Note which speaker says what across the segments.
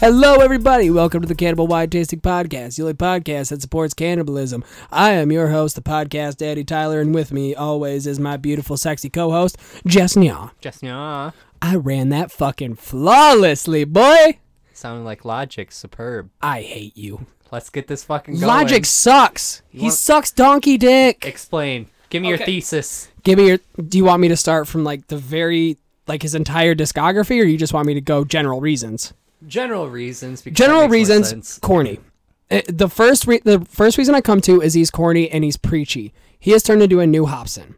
Speaker 1: Hello, everybody. Welcome to the Cannibal Wine Tasting Podcast, the only podcast that supports cannibalism. I am your host, the podcast Daddy Tyler, and with me always is my beautiful, sexy co-host, Jess Nya.
Speaker 2: Just yeah.
Speaker 1: I ran that fucking flawlessly, boy.
Speaker 2: Sounding like Logic, superb.
Speaker 1: I hate you.
Speaker 2: Let's get this fucking going.
Speaker 1: Logic sucks. He
Speaker 2: want-
Speaker 1: sucks donkey dick.
Speaker 2: Explain. Give me your
Speaker 1: Okay.
Speaker 2: thesis.
Speaker 1: Give me your. Do you want me to start from like the very like his entire discography, or you just want me to go general reasons?
Speaker 2: General reasons. Because that
Speaker 1: General
Speaker 2: makes more
Speaker 1: reasons
Speaker 2: sense.
Speaker 1: corny. Uh, The first re- the first reason I come to is he's corny and he's preachy. He has turned into a new Hobson.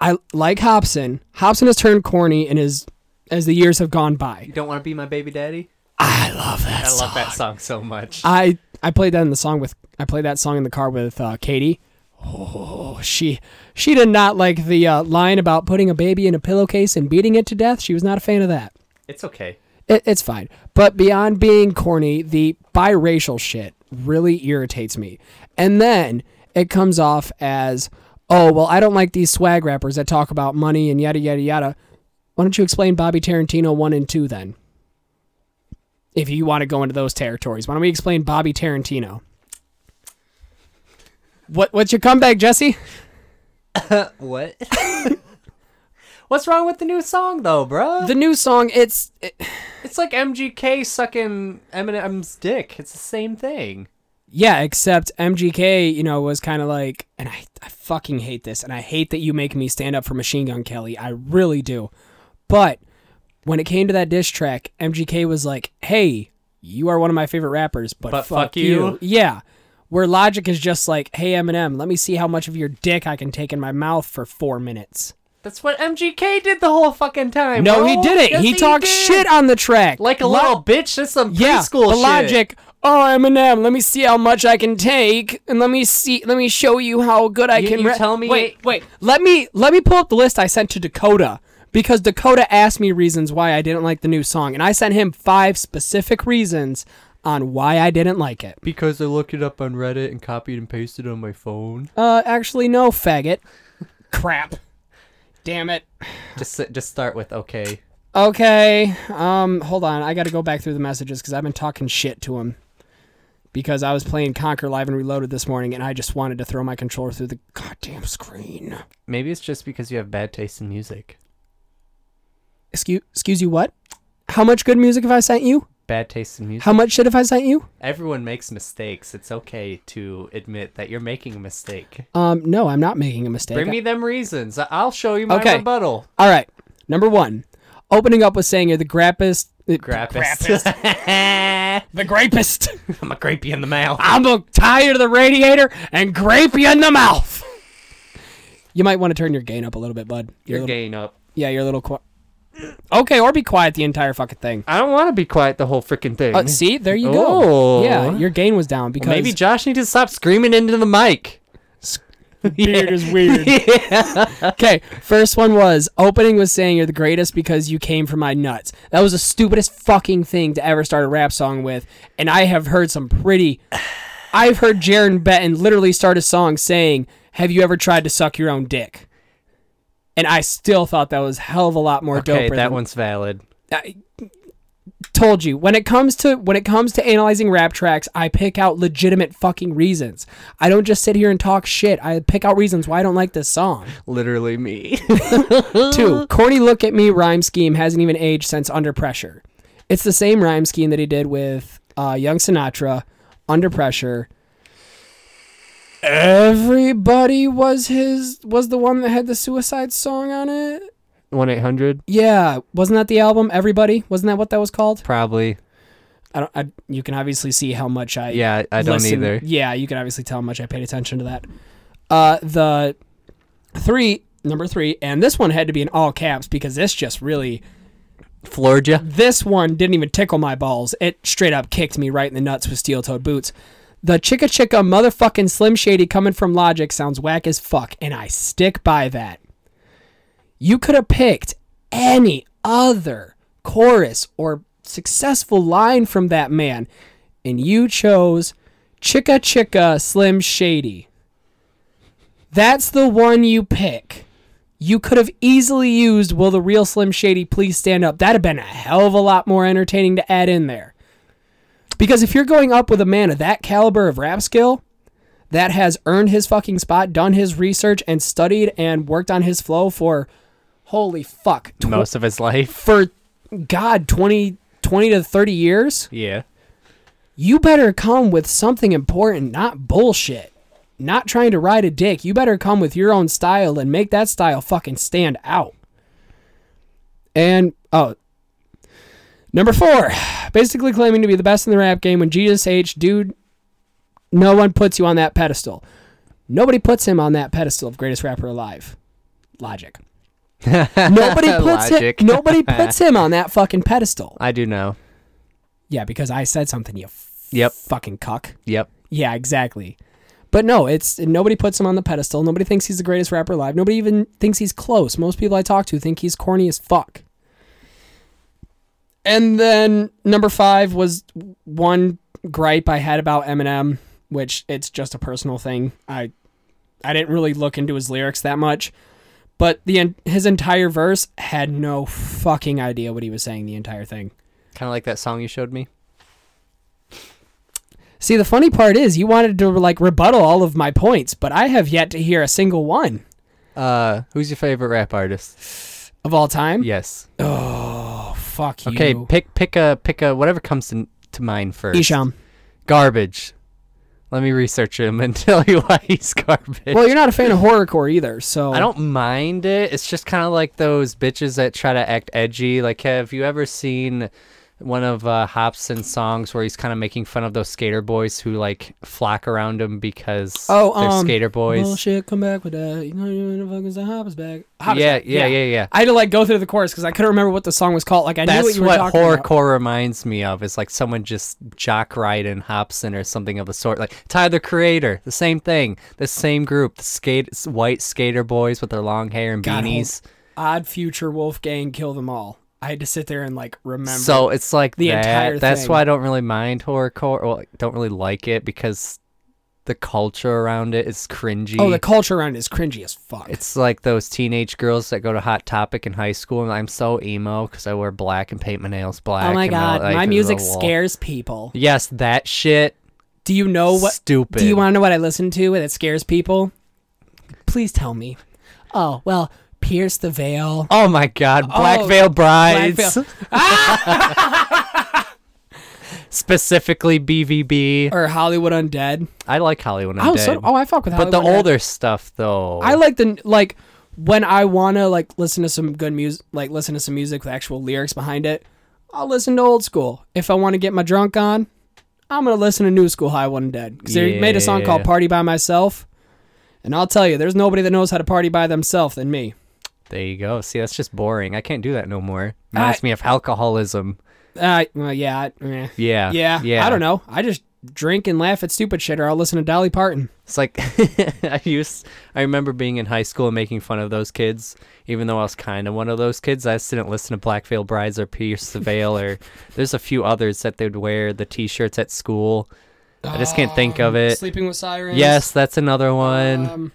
Speaker 1: I like Hobson. Hobson has turned corny and is as the years have gone by.
Speaker 2: You don't want to be my baby daddy?
Speaker 1: I love that.
Speaker 2: I
Speaker 1: song.
Speaker 2: love that song so much.
Speaker 1: I I played that in the song with I played that song in the car with uh, Katie. Oh, she she did not like the uh, line about putting a baby in a pillowcase and beating it to death. She was not a fan of that.
Speaker 2: It's okay.
Speaker 1: It, it's fine. But beyond being corny, the biracial shit really irritates me. And then it comes off as, oh, well, I don't like these swag rappers that talk about money and yada, yada, yada. Why don't you explain Bobby Tarantino 1 and 2 then? If you want to go into those territories, why don't we explain Bobby Tarantino? What, what's your comeback, Jesse?
Speaker 2: What? What's wrong with the new song though, bro?
Speaker 1: The new song, it's. It,
Speaker 2: It's like MGK sucking Eminem's dick. It's the same thing.
Speaker 1: Yeah, except MGK, you know, was kind of like, and I, I fucking hate this, and I hate that you make me stand up for Machine Gun Kelly. I really do. But when it came to that diss track, MGK was like, hey, you are one of my favorite rappers, but,
Speaker 2: But
Speaker 1: fuck,
Speaker 2: fuck
Speaker 1: you.
Speaker 2: you.
Speaker 1: Yeah. Where Logic is just like, hey, Eminem, let me see how much of your dick I can take in my mouth for four minutes.
Speaker 2: That's what MGK did the whole fucking time.
Speaker 1: No,
Speaker 2: bro.
Speaker 1: he didn't.
Speaker 2: Yes,
Speaker 1: he, talked
Speaker 2: did.
Speaker 1: shit on the track.
Speaker 2: like a
Speaker 1: Lo-
Speaker 2: little bitch. That's some preschool
Speaker 1: yeah,
Speaker 2: shit.
Speaker 1: the logic. Oh, Eminem, let me see how much I can take, and let me see, let me show you how good I
Speaker 2: You-
Speaker 1: can.
Speaker 2: you
Speaker 1: rap."
Speaker 2: tell me-
Speaker 1: Wait, wait. Let me let me pull up the list I sent to Dakota because Dakota asked me reasons why I didn't like the new song, and I sent him five specific reasons on why I didn't like it.
Speaker 2: Because I looked it up on Reddit and copied and pasted it on my phone.
Speaker 1: Uh, actually, no, faggot. Crap. Damn it.
Speaker 2: Just just start with okay.
Speaker 1: Okay. Um, hold on. I got to go back through the messages because I've been talking shit to him. Because I was playing Conquer Live and Reloaded this morning, and I just wanted to throw my controller through the goddamn screen.
Speaker 2: Maybe it's just because you have bad taste in music.
Speaker 1: Excuse, excuse you. What? How much good music have I sent you?
Speaker 2: Bad taste in music.
Speaker 1: How much shit have I sent you?
Speaker 2: Everyone makes mistakes. It's okay to admit that you're making a mistake.
Speaker 1: Um, no, I'm not making a mistake.
Speaker 2: Bring me them reasons. I- I'll show you my
Speaker 1: Okay.
Speaker 2: rebuttal.
Speaker 1: All right. Number one, opening up with saying you're the grappest.
Speaker 2: Grappist.
Speaker 1: The grapest.
Speaker 2: I'm a grapey in the mouth.
Speaker 1: I'm gonna tie you to the radiator and grape you in the mouth. You might want to turn your gain up a little bit, bud. Your
Speaker 2: You're
Speaker 1: little-
Speaker 2: gain up.
Speaker 1: Yeah, you're a little quiet. Okay, or be quiet the entire fucking thing.
Speaker 2: I don't want to be quiet the whole freaking thing.
Speaker 1: Uh, see, there you go.
Speaker 2: Oh.
Speaker 1: Yeah, your gain was down because
Speaker 2: Maybe Josh needs to stop screaming into the mic.
Speaker 1: beard is weird. okay, first one was opening was saying you're the greatest because you came from my nuts. That was the stupidest fucking thing to ever start a rap song with, and I have heard some pretty. I've heard Jaron Benton literally start a song saying, "Have you ever tried to suck your own dick?" And I still thought that was hell of a lot more
Speaker 2: Okay,
Speaker 1: doper
Speaker 2: that
Speaker 1: than
Speaker 2: one's valid.
Speaker 1: I told you when it comes to when it comes to analyzing rap tracks i pick out legitimate fucking reasons i don't just sit here and talk shit i pick out reasons why i don't like this song
Speaker 2: Literally me.
Speaker 1: two corny look at me rhyme scheme hasn't even aged since under pressure it's the same rhyme scheme that he did with uh, young sinatra under pressure everybody was his was the one that had the suicide song on it
Speaker 2: One eight hundred.
Speaker 1: yeah wasn't that the album everybody wasn't that what that was called
Speaker 2: Probably.
Speaker 1: I don't. I, you can obviously see how much I.
Speaker 2: Yeah, I don't
Speaker 1: listen-
Speaker 2: either.
Speaker 1: Yeah, you can obviously tell how much I paid attention to that. Uh, the three, number three, and this one had to be in all caps because this just really,
Speaker 2: Floored ya.
Speaker 1: this one didn't even tickle my balls. It straight up kicked me right in the nuts with steel-toed boots. The chicka chicka motherfucking Slim Shady coming from Logic sounds whack as fuck, and I stick by that. You could have picked any other chorus or successful line from that man, and you chose Chicka Chicka Slim Shady. That's the one you pick. You could have easily used Will the Real Slim Shady Please Stand Up? That'd have been a hell of a lot more entertaining to add in there. Because if you're going up with a man of that caliber of rap skill, that has earned his fucking spot, done his research, and studied and worked on his flow for holy fuck tw-
Speaker 2: most of his life.
Speaker 1: for God 20, 20 to thirty years,
Speaker 2: Yeah.
Speaker 1: you better come with something important, not bullshit. Not trying to ride a dick. You better come with your own style and make that style fucking stand out. And oh, number four, basically claiming to be the best in the rap game when Jesus H, dude, no one puts you on that pedestal. Nobody puts him on that pedestal of greatest rapper alive. Logic. Nobody puts
Speaker 2: Logic.
Speaker 1: him. Nobody puts him on that fucking pedestal.
Speaker 2: I do know.
Speaker 1: Yeah, because I said something. You f-
Speaker 2: Yep.
Speaker 1: fucking cuck.
Speaker 2: Yep.
Speaker 1: Yeah, exactly. But no, it's nobody puts him on the pedestal. Nobody thinks he's the greatest rapper alive. Nobody even thinks he's close. Most people I talk to think he's corny as fuck. And then number five was one gripe I had about Eminem, which it's just a personal thing. I I didn't really look into his lyrics that much, but the en- his entire verse had no fucking idea what he was saying the entire thing.
Speaker 2: Kind of like that song you showed me.
Speaker 1: See, the funny part is you wanted to like rebuttal all of my points, but I have yet to hear a single one
Speaker 2: Uh, who's your favorite rap artist?
Speaker 1: of all time.
Speaker 2: Yes.
Speaker 1: Oh, fuck
Speaker 2: Okay,
Speaker 1: you.
Speaker 2: pick pick a pick a whatever comes to, to mind first.
Speaker 1: Isham.
Speaker 2: Garbage. Let me research him and tell you why he's garbage.
Speaker 1: Well, you're not a fan of horrorcore either, so
Speaker 2: I don't mind it. It's just kind of like those bitches that try to act edgy. Like, have you ever seen one of uh, Hobson's songs where he's kind of making fun of those skater boys who like flock around him because
Speaker 1: Oh,
Speaker 2: they're
Speaker 1: um,
Speaker 2: skater boys?
Speaker 1: Bullshit, come back with that. You know you're the fucking hoppers back. Hoppers
Speaker 2: yeah,
Speaker 1: back,
Speaker 2: yeah, yeah, yeah,
Speaker 1: I had to like go through the chorus because I couldn't remember what the song was called. Like I knew what
Speaker 2: That's
Speaker 1: you were
Speaker 2: what,
Speaker 1: talking about.
Speaker 2: horrorcore reminds me of. Is like someone just jock riding Hobson or something of the sort. Like Tyler the Creator, the same thing, the same group, the skate white skater boys with their long hair and
Speaker 1: God,
Speaker 2: beanies.
Speaker 1: Odd Future, Wolfgang, Kill Them All. I had to sit there and like remember.
Speaker 2: So it's like
Speaker 1: the
Speaker 2: that.
Speaker 1: entire
Speaker 2: That's
Speaker 1: thing.
Speaker 2: why I don't really mind horrorcore. Well, I don't really like it because the culture around it is cringy.
Speaker 1: oh, the culture around it is cringy as fuck.
Speaker 2: it's like those teenage girls that go to Hot Topic in high school, and I'm so emo because I wear black and paint my nails black.
Speaker 1: oh my
Speaker 2: and I,
Speaker 1: god,
Speaker 2: like,
Speaker 1: my
Speaker 2: the
Speaker 1: music
Speaker 2: wall.
Speaker 1: scares people.
Speaker 2: Yes, that shit.
Speaker 1: Do you know Oh, what?
Speaker 2: Stupid.
Speaker 1: Do you want to know what I listen to that scares people? Please tell me. Oh, well, Pierce the Veil.
Speaker 2: Oh my god, Black
Speaker 1: Oh,
Speaker 2: Veil
Speaker 1: Black
Speaker 2: Brides,
Speaker 1: Veil-
Speaker 2: specifically BVB.
Speaker 1: or Hollywood Undead.
Speaker 2: I like Hollywood Undead.
Speaker 1: Oh, so, oh, I fuck with
Speaker 2: but
Speaker 1: Hollywood
Speaker 2: the
Speaker 1: Undead.
Speaker 2: older stuff though.
Speaker 1: I like the like when I wanna like listen to some good music, like listen to some music with actual lyrics behind it. I'll listen to old school. If I want to get my drunk on, I'm gonna listen to new school High One Dead because they made a song called
Speaker 2: Yeah.
Speaker 1: "Party by Myself," and I'll tell you, there's nobody that knows how to party by themselves than me.
Speaker 2: There you go. See, that's just boring. I can't do that no more. Reminds me of alcoholism.
Speaker 1: Uh, well, yeah, I- eh.
Speaker 2: Yeah.
Speaker 1: yeah,
Speaker 2: Uh, Yeah.
Speaker 1: I don't know. I just drink and laugh at stupid shit, or I'll listen to Dolly Parton.
Speaker 2: It's like I used. I remember being in high school and making fun of those kids, even though I was kind of one of those kids. I just didn't listen to Black Veil Brides or Pierce the Veil or there's a few others that they'd wear the T-shirts at school. I just can't think of it.
Speaker 1: Sleeping with Sirens.
Speaker 2: Yes, that's another one.
Speaker 1: Ah, Um,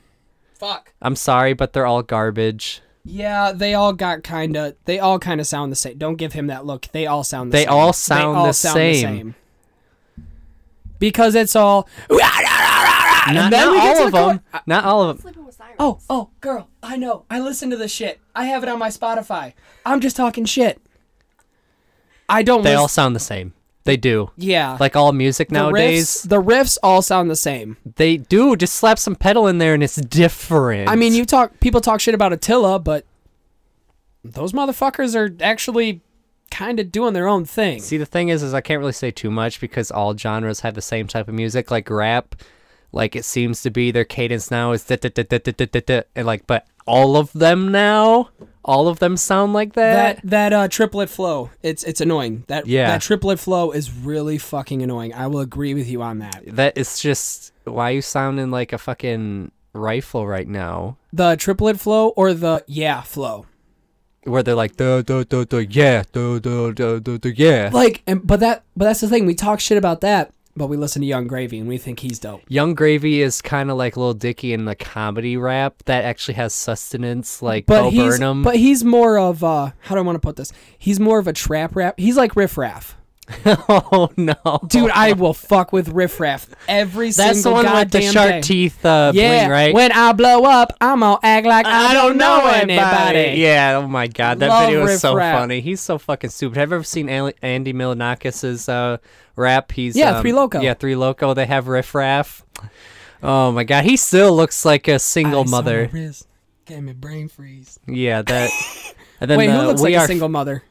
Speaker 1: fuck.
Speaker 2: I'm sorry, but they're all garbage.
Speaker 1: Yeah, they all got kind of. They all kind of sound the same. Don't give him that look. They all sound. The
Speaker 2: They
Speaker 1: same.
Speaker 2: all sound
Speaker 1: all
Speaker 2: the same.
Speaker 1: Because it's all.
Speaker 2: Not,
Speaker 1: then
Speaker 2: not
Speaker 1: we get to
Speaker 2: all of
Speaker 1: the uh,
Speaker 2: them. Not all of them.
Speaker 1: Oh, oh, girl, I know. I listen to the shit. I have it on my Spotify. I'm just talking shit. I don't.
Speaker 2: They
Speaker 1: lis-
Speaker 2: all sound the same. They do.
Speaker 1: Yeah.
Speaker 2: Like all music
Speaker 1: the
Speaker 2: nowadays.
Speaker 1: riffs, the riffs all sound the same.
Speaker 2: They do. Just slap some pedal in there and it's different.
Speaker 1: I mean, you talk people talk shit about Attila, but those motherfuckers are actually kind of doing their own thing.
Speaker 2: see, the thing is, is I can't really say too much because all genres have the same type of music. Like rap, like it seems to be their cadence now is da da da da da da da da, and like, but all of them now, all of them sound like
Speaker 1: that
Speaker 2: that.
Speaker 1: that uh, triplet flow, it's it's annoying. That
Speaker 2: Yeah.
Speaker 1: that triplet flow is really fucking annoying. I will agree with you on that.
Speaker 2: That is just why you sounding like a fucking rifle right now,
Speaker 1: The triplet flow or the yeah flow,
Speaker 2: where they're like da da da da yeah da da da da da yeah.
Speaker 1: like and but that but that's the thing. We talk shit about that, but we listen to Young Gravy and we think he's dope.
Speaker 2: Young Gravy is kind of like Lil Dicky in the comedy rap that actually has sustenance, like
Speaker 1: But
Speaker 2: Bo
Speaker 1: he's
Speaker 2: Burnham.
Speaker 1: but he's more of uh how do I want to put this? He's more of a trap rap. He's like riff raff.
Speaker 2: oh no,
Speaker 1: Dude, I will fuck with riffraff every
Speaker 2: That's the
Speaker 1: single
Speaker 2: one with
Speaker 1: goddamn
Speaker 2: the sharp
Speaker 1: day.
Speaker 2: teeth uh,
Speaker 1: yeah,
Speaker 2: bling, right?
Speaker 1: when I blow up, I'm gonna act like I, don't know anybody.
Speaker 2: Yeah, oh my god, that
Speaker 1: Love
Speaker 2: video is
Speaker 1: Riff
Speaker 2: so
Speaker 1: Raff.
Speaker 2: funny. He's so fucking stupid. Have you ever seen Ale- Andy Milonakis's uh, rap? He's
Speaker 1: Yeah,
Speaker 2: um,
Speaker 1: Three Loco.
Speaker 2: Yeah, Three Loco. They have Riff Raff. Oh my god, he still looks like a single
Speaker 1: Ice on
Speaker 2: mother.
Speaker 1: my wrist, Gave me brain freeze.
Speaker 2: Yeah, that. And then
Speaker 1: Wait,
Speaker 2: the
Speaker 1: who looks
Speaker 2: we
Speaker 1: like
Speaker 2: are
Speaker 1: a single mother?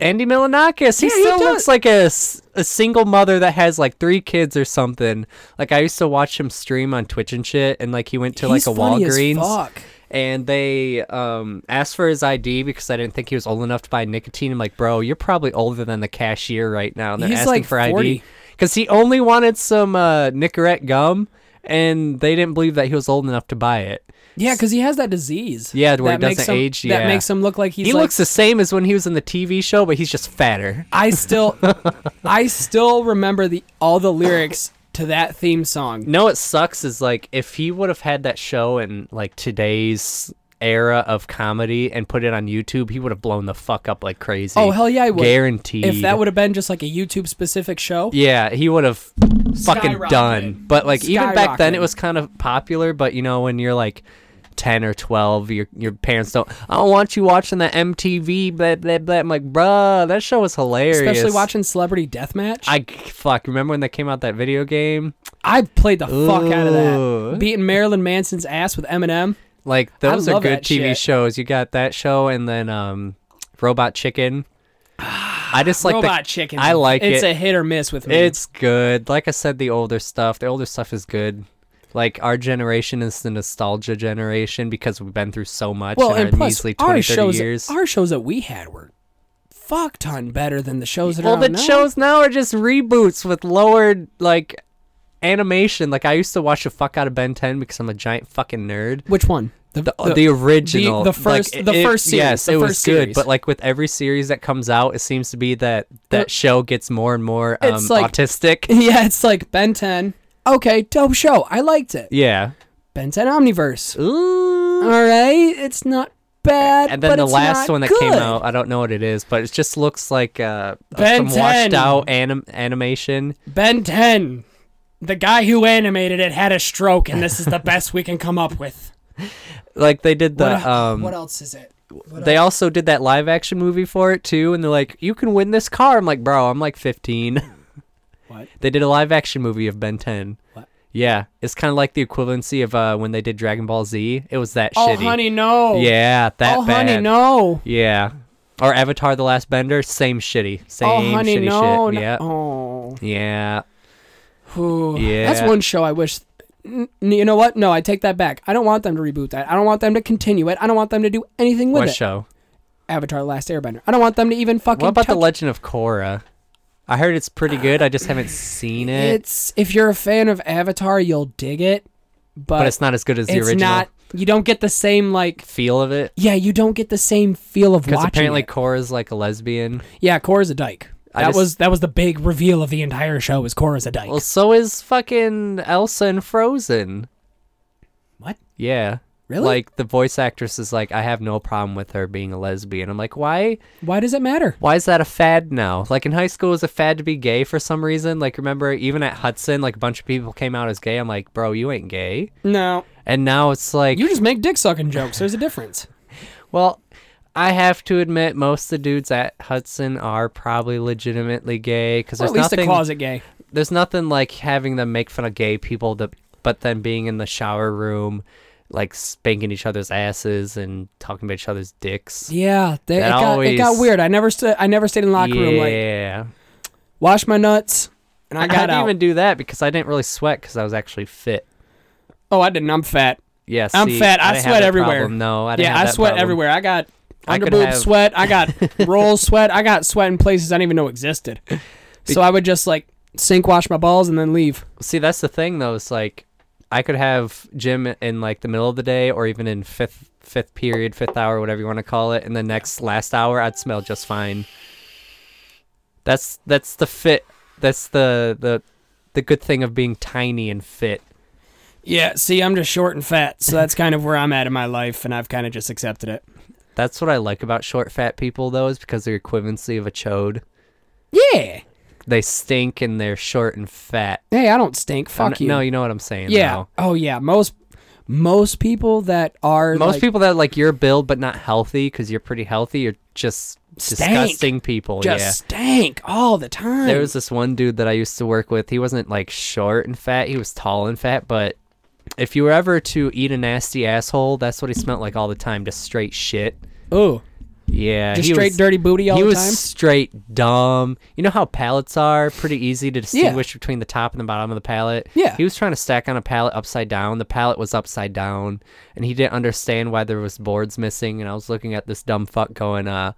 Speaker 2: Andy Milonakis. He
Speaker 1: Yeah, he
Speaker 2: still
Speaker 1: does.
Speaker 2: looks like a, s- a single mother that has like three kids or something. Like I used to watch him stream on Twitch and shit, and like he went to
Speaker 1: He's
Speaker 2: like a
Speaker 1: funny as
Speaker 2: Walgreens
Speaker 1: fuck.
Speaker 2: and they um, asked for his ID because I didn't think he was old enough to buy nicotine. I'm like, bro, you're probably older than the cashier right now. And they're
Speaker 1: He's
Speaker 2: asking
Speaker 1: like
Speaker 2: for
Speaker 1: 40.
Speaker 2: ID because he only wanted some uh, Nicorette gum, and they didn't believe that he was old enough to buy it.
Speaker 1: Yeah, because he has that disease.
Speaker 2: Yeah, where he
Speaker 1: that makes
Speaker 2: doesn't
Speaker 1: him-
Speaker 2: age,
Speaker 1: That
Speaker 2: yeah.
Speaker 1: makes him look like he's.
Speaker 2: he
Speaker 1: like,
Speaker 2: looks the same as when he was in the TV show, but he's just fatter.
Speaker 1: I still, I still remember the all the lyrics to that theme song.
Speaker 2: No, it sucks. Is like if he would have had that show in like today's era of comedy and put it on YouTube, he would have blown the fuck up like crazy.
Speaker 1: Oh hell yeah, I would.
Speaker 2: Guaranteed.
Speaker 1: If that would have been just like a YouTube specific show,
Speaker 2: Yeah, he would have fucking
Speaker 1: Skyrocketed.
Speaker 2: done. But like even back then,
Speaker 1: Skyrocketed.
Speaker 2: it was kind of popular. But you know, when you're like ten or twelve, your your parents don't. I don't want you watching the MTV. Blah blah blah. I'm like, bruh, that show was hilarious.
Speaker 1: especially watching Celebrity Deathmatch, I,
Speaker 2: I fuck. Remember when they came out that video game?
Speaker 1: played the fuck out of that.
Speaker 2: Ooh.
Speaker 1: Beating Marilyn Manson's ass with Eminem.
Speaker 2: Like those are
Speaker 1: love
Speaker 2: good
Speaker 1: that
Speaker 2: TV
Speaker 1: shit.
Speaker 2: shows. You got that show, and then um, Robot Chicken. I just like
Speaker 1: Robot
Speaker 2: the,
Speaker 1: Chicken.
Speaker 2: I like
Speaker 1: it's
Speaker 2: it.
Speaker 1: a hit or miss with me.
Speaker 2: It's good. Like I said, the older stuff. The older stuff is good. Like our generation is the nostalgia generation because we've been through so much
Speaker 1: well,
Speaker 2: in
Speaker 1: and
Speaker 2: our
Speaker 1: plus
Speaker 2: measly 20,
Speaker 1: our
Speaker 2: 30
Speaker 1: shows,
Speaker 2: years.
Speaker 1: our shows that we had were fuck ton better than the shows that
Speaker 2: well,
Speaker 1: are
Speaker 2: the
Speaker 1: out now.
Speaker 2: shows now are just reboots with lowered like animation. Like I used to watch the fuck out of Ben 10 because I'm a giant fucking nerd.
Speaker 1: Which one?
Speaker 2: The, the original,
Speaker 1: the
Speaker 2: like,
Speaker 1: first-
Speaker 2: it-
Speaker 1: the
Speaker 2: it-
Speaker 1: first series,
Speaker 2: Yes,
Speaker 1: the
Speaker 2: it was
Speaker 1: first
Speaker 2: good,
Speaker 1: series.
Speaker 2: but like with every series that comes out, it seems to be that that show gets more and more um,
Speaker 1: It's like-
Speaker 2: autistic.
Speaker 1: Yeah, it's like Ben 10. Okay, dope show. I liked it.
Speaker 2: Yeah.
Speaker 1: Ben 10 Omniverse.
Speaker 2: Ooh.
Speaker 1: All right, it's not bad.
Speaker 2: And then
Speaker 1: but
Speaker 2: the
Speaker 1: it's
Speaker 2: last
Speaker 1: not
Speaker 2: one that
Speaker 1: good.
Speaker 2: came out, I don't know what it is, but it just looks like uh,
Speaker 1: Ben
Speaker 2: some washed
Speaker 1: 10.
Speaker 2: out anim- animation.
Speaker 1: Ben 10. The guy who animated it had a stroke, and this is the best we can come up with.
Speaker 2: Like they did the
Speaker 1: what, el-
Speaker 2: um,
Speaker 1: what else is it? What
Speaker 2: they also did that live action movie for it too, and they're like, "You can win this car." I'm like, "Bro, I'm like 15."
Speaker 1: What?
Speaker 2: they did a live action movie of Ben 10.
Speaker 1: What?
Speaker 2: Yeah, it's kind of like the equivalency of uh, when they did Dragon Ball Z. It was that
Speaker 1: oh,
Speaker 2: shitty.
Speaker 1: honey, no.
Speaker 2: Yeah, that
Speaker 1: oh,
Speaker 2: bad.
Speaker 1: honey, no.
Speaker 2: Yeah, or Avatar: The Last Bender, same shitty, same
Speaker 1: oh, honey,
Speaker 2: shitty
Speaker 1: no. no-
Speaker 2: shit. Yeah,
Speaker 1: Oh.
Speaker 2: yeah.
Speaker 1: Ooh, That's
Speaker 2: Yeah.
Speaker 1: one show I wish. N- you know what? No, I take that back. I don't want them to reboot that. I don't want them to continue it. I don't want them to do anything with
Speaker 2: What
Speaker 1: it.
Speaker 2: show?
Speaker 1: Avatar: The Last Airbender. I don't want them to even fucking.
Speaker 2: What about
Speaker 1: touch
Speaker 2: the Legend of Korra? I heard it's pretty good. I just haven't seen it,
Speaker 1: It's if you're a fan of Avatar, you'll dig it, but,
Speaker 2: but it's not as good as the
Speaker 1: uh, it's
Speaker 2: original
Speaker 1: not- You don't get the same like.
Speaker 2: feel of it.
Speaker 1: Yeah, you don't get the same feel of
Speaker 2: Because
Speaker 1: watching.
Speaker 2: apparently
Speaker 1: it.
Speaker 2: Korra's like a lesbian.
Speaker 1: yeah, Korra's a dyke.
Speaker 2: I
Speaker 1: That
Speaker 2: just-
Speaker 1: was that was the big reveal of the entire show. Was Korra's a dyke?
Speaker 2: Well, so is fucking Elsa in Frozen.
Speaker 1: what?
Speaker 2: Yeah.
Speaker 1: Really?
Speaker 2: Like the voice actress is like, I have no problem with her being a lesbian. I'm like, why?
Speaker 1: Why does it matter?
Speaker 2: Why is that a fad now? Like in high school, it was a fad to be gay for some reason. Like remember, even at Hudson, like a bunch of people came out as gay. I'm like, bro, you ain't gay.
Speaker 1: No,
Speaker 2: And now it's like,
Speaker 1: you just make dick sucking jokes. There's a difference.
Speaker 2: Well, I have to admit, most of the dudes at Hudson are probably legitimately gay because
Speaker 1: Or
Speaker 2: there's
Speaker 1: at least a
Speaker 2: nothing.
Speaker 1: closet gay.
Speaker 2: There's nothing like having them make fun of gay people, that, but then being in the shower room, like spanking each other's asses and talking about each other's dicks.
Speaker 1: Yeah, they, it,
Speaker 2: That
Speaker 1: got, it got
Speaker 2: always-
Speaker 1: weird. I never stood. I never stayed in the locker room. Like
Speaker 2: Yeah.
Speaker 1: wash my nuts, and I
Speaker 2: I,
Speaker 1: got
Speaker 2: didn't
Speaker 1: out.
Speaker 2: even do that because I didn't really sweat because I was actually fit.
Speaker 1: Oh, I didn't. I'm fat.
Speaker 2: Yes,
Speaker 1: I'm fat. I sweat everywhere.
Speaker 2: No, I didn't
Speaker 1: Yeah,
Speaker 2: have
Speaker 1: I
Speaker 2: that
Speaker 1: sweat
Speaker 2: problem.
Speaker 1: everywhere. I got
Speaker 2: I
Speaker 1: under
Speaker 2: could
Speaker 1: boob
Speaker 2: have-
Speaker 1: sweat. I got roll sweat. I got sweat in places I didn't even know existed. So I would just like sink wash my balls and then leave.
Speaker 2: See, that's the thing though. It's like I could have gym in like the middle of the day, or even in fifth fifth period, fifth hour, whatever you want to call it. And the next last hour, I'd smell just fine. That's that's the fit. That's the the the good thing of being tiny and fit.
Speaker 1: Yeah, see, I'm just short and fat, so that's kind of where I'm at in my life, and I've kind of just accepted it.
Speaker 2: That's what I like about short, fat people though, is because they're equivalency of a chode.
Speaker 1: Yeah,
Speaker 2: They stink and they're short and fat.
Speaker 1: Hey, I don't stink.
Speaker 2: I'm
Speaker 1: Fuck
Speaker 2: not-
Speaker 1: you.
Speaker 2: No, you know what I'm saying.
Speaker 1: yeah.
Speaker 2: though.
Speaker 1: Oh yeah. Most most people that are
Speaker 2: Most
Speaker 1: like,
Speaker 2: people that are like your build but not healthy because you're pretty healthy are just
Speaker 1: Stank.
Speaker 2: disgusting people.
Speaker 1: just
Speaker 2: yeah.
Speaker 1: stank all the time.
Speaker 2: There was this one dude that I used to work with. He wasn't like short and fat. He was tall and fat, but if you were ever to eat a nasty asshole, that's what he smelled like all the time. Just straight shit.
Speaker 1: Ooh,
Speaker 2: Yeah.
Speaker 1: just
Speaker 2: he
Speaker 1: straight
Speaker 2: was-
Speaker 1: dirty booty all
Speaker 2: he
Speaker 1: the
Speaker 2: was
Speaker 1: time.
Speaker 2: straight dumb. You know how pallets are pretty easy to distinguish between the top and the bottom of the pallet.
Speaker 1: Yeah.
Speaker 2: he was trying to stack on a pallet upside down. The pallet was upside down, and he didn't understand why there was boards missing. And I was looking at this dumb fuck going, "Uh,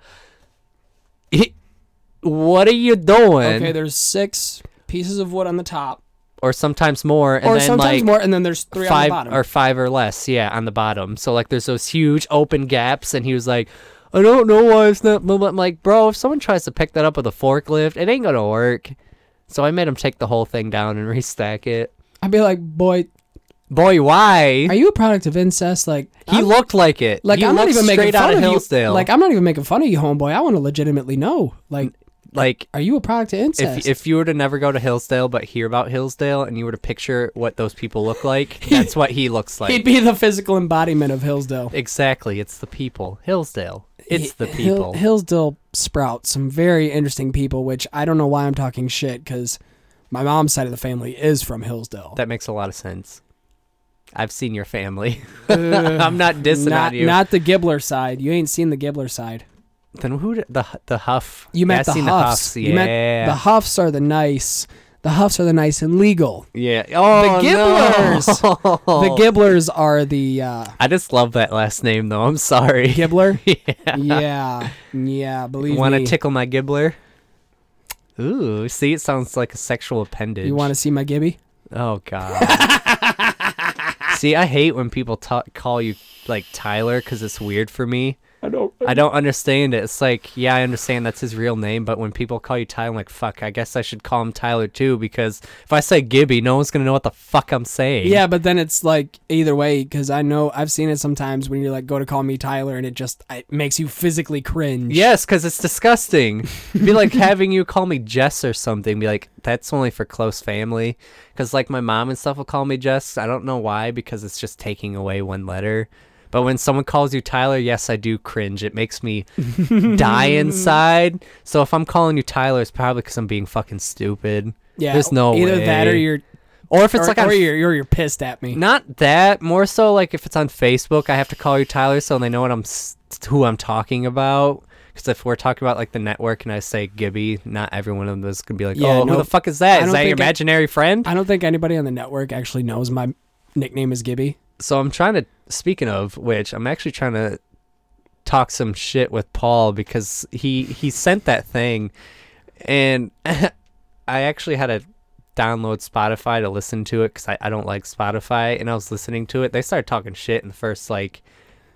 Speaker 2: what are you doing?"
Speaker 1: okay, there's six pieces of wood on the top,
Speaker 2: or sometimes more, and
Speaker 1: or
Speaker 2: then
Speaker 1: sometimes
Speaker 2: like
Speaker 1: more, and then there's three on the
Speaker 2: five
Speaker 1: bottom.
Speaker 2: or five or less, yeah, on the bottom. So like, there's those huge open gaps, and he was like. I don't know why it's not moving. I'm like, bro, if someone tries to pick that up with a forklift, it ain't gonna work. So I made him take the whole thing down and restack it.
Speaker 1: I'd be like, boy,
Speaker 2: Boy, why?
Speaker 1: are you a product of incest? Like
Speaker 2: he
Speaker 1: I'm-
Speaker 2: looked like it.
Speaker 1: like
Speaker 2: he
Speaker 1: I'm not
Speaker 2: looked
Speaker 1: even making
Speaker 2: straight out
Speaker 1: fun
Speaker 2: of
Speaker 1: of
Speaker 2: Hillsdale.
Speaker 1: you. Like I'm not even making fun of you, homeboy. I want to legitimately know. Like,
Speaker 2: like
Speaker 1: are you a product of incest?
Speaker 2: if if you were to never go to Hillsdale but hear about Hillsdale and you were to picture what those people look like, that's what he looks like.
Speaker 1: He'd be the physical embodiment of Hillsdale.
Speaker 2: exactly. It's the people. Hillsdale. It's the
Speaker 1: Hill-
Speaker 2: people.
Speaker 1: Hillsdale sprouts some very interesting people, which I don't know why I'm talking shit because my mom's side of the family is from Hillsdale.
Speaker 2: that makes a lot of sense. I've seen your family. I'm not dissing
Speaker 1: Uh, not
Speaker 2: on you.
Speaker 1: not the Gibbler side. You ain't seen the Gibbler side.
Speaker 2: then who d- the Hu- the Huff?
Speaker 1: You
Speaker 2: Yeah,
Speaker 1: met
Speaker 2: I
Speaker 1: the
Speaker 2: seen
Speaker 1: Huffs.
Speaker 2: The Huffs. Yeah.
Speaker 1: You met the Huffs are the nice. The Huffs are the nice and legal.
Speaker 2: yeah. Oh,
Speaker 1: Gibblers.
Speaker 2: No.
Speaker 1: The Gibblers are the uh,
Speaker 2: I just love that last name though. I'm sorry.
Speaker 1: Gibbler.
Speaker 2: yeah.
Speaker 1: yeah, yeah. Believe
Speaker 2: Want to
Speaker 1: me.
Speaker 2: tickle my gibbler? Ooh, see, it sounds like a sexual appendage.
Speaker 1: you want to see my Gibby?
Speaker 2: Oh God. see, I hate when people ta- call you like Tyler because it's weird for me.
Speaker 1: I don't.
Speaker 2: I don't understand it. It's like, yeah, I understand that's his real name, but when people call you Tyler, I'm like, fuck. I guess I should call him Tyler too because if I say Gibby, no one's gonna know what the fuck I'm saying.
Speaker 1: Yeah, but then it's like either way because I know I've seen it sometimes when you're like go to call me Tyler and it just it makes you physically cringe.
Speaker 2: Yes, because it's disgusting. It'd be like having you call me Jess or something. Be like, that's only for close family. Because, like, my mom and stuff will call me Jess. I don't know why, because it's just taking away one letter. But when someone calls you Tyler, yes, I do cringe. It makes me die inside. So if I'm calling you Tyler, it's probably because I'm being fucking stupid.
Speaker 1: yeah.
Speaker 2: There's no
Speaker 1: either that or
Speaker 2: way.
Speaker 1: you're
Speaker 2: Or if it's
Speaker 1: or,
Speaker 2: like
Speaker 1: or
Speaker 2: I'm
Speaker 1: you're, or you're pissed at me.
Speaker 2: not that more so like if it's on Facebook, I have to call you Tyler so they know what I'm s- who I'm talking about. Because if we're talking about like the network and I say Gibby, not everyone of those could be like,
Speaker 1: Yeah,
Speaker 2: "Oh,
Speaker 1: no.
Speaker 2: who the fuck is
Speaker 1: I
Speaker 2: that? Is
Speaker 1: don't
Speaker 2: that your
Speaker 1: think it-
Speaker 2: imaginary friend?"
Speaker 1: I don't think anybody on the network actually knows my nickname is Gibby.
Speaker 2: So I'm trying to. Speaking of which, I'm actually trying to talk some shit with Paul because he he sent that thing, and I actually had to download Spotify to listen to it because I, I don't like Spotify, and I was listening to it. They started talking shit in the first like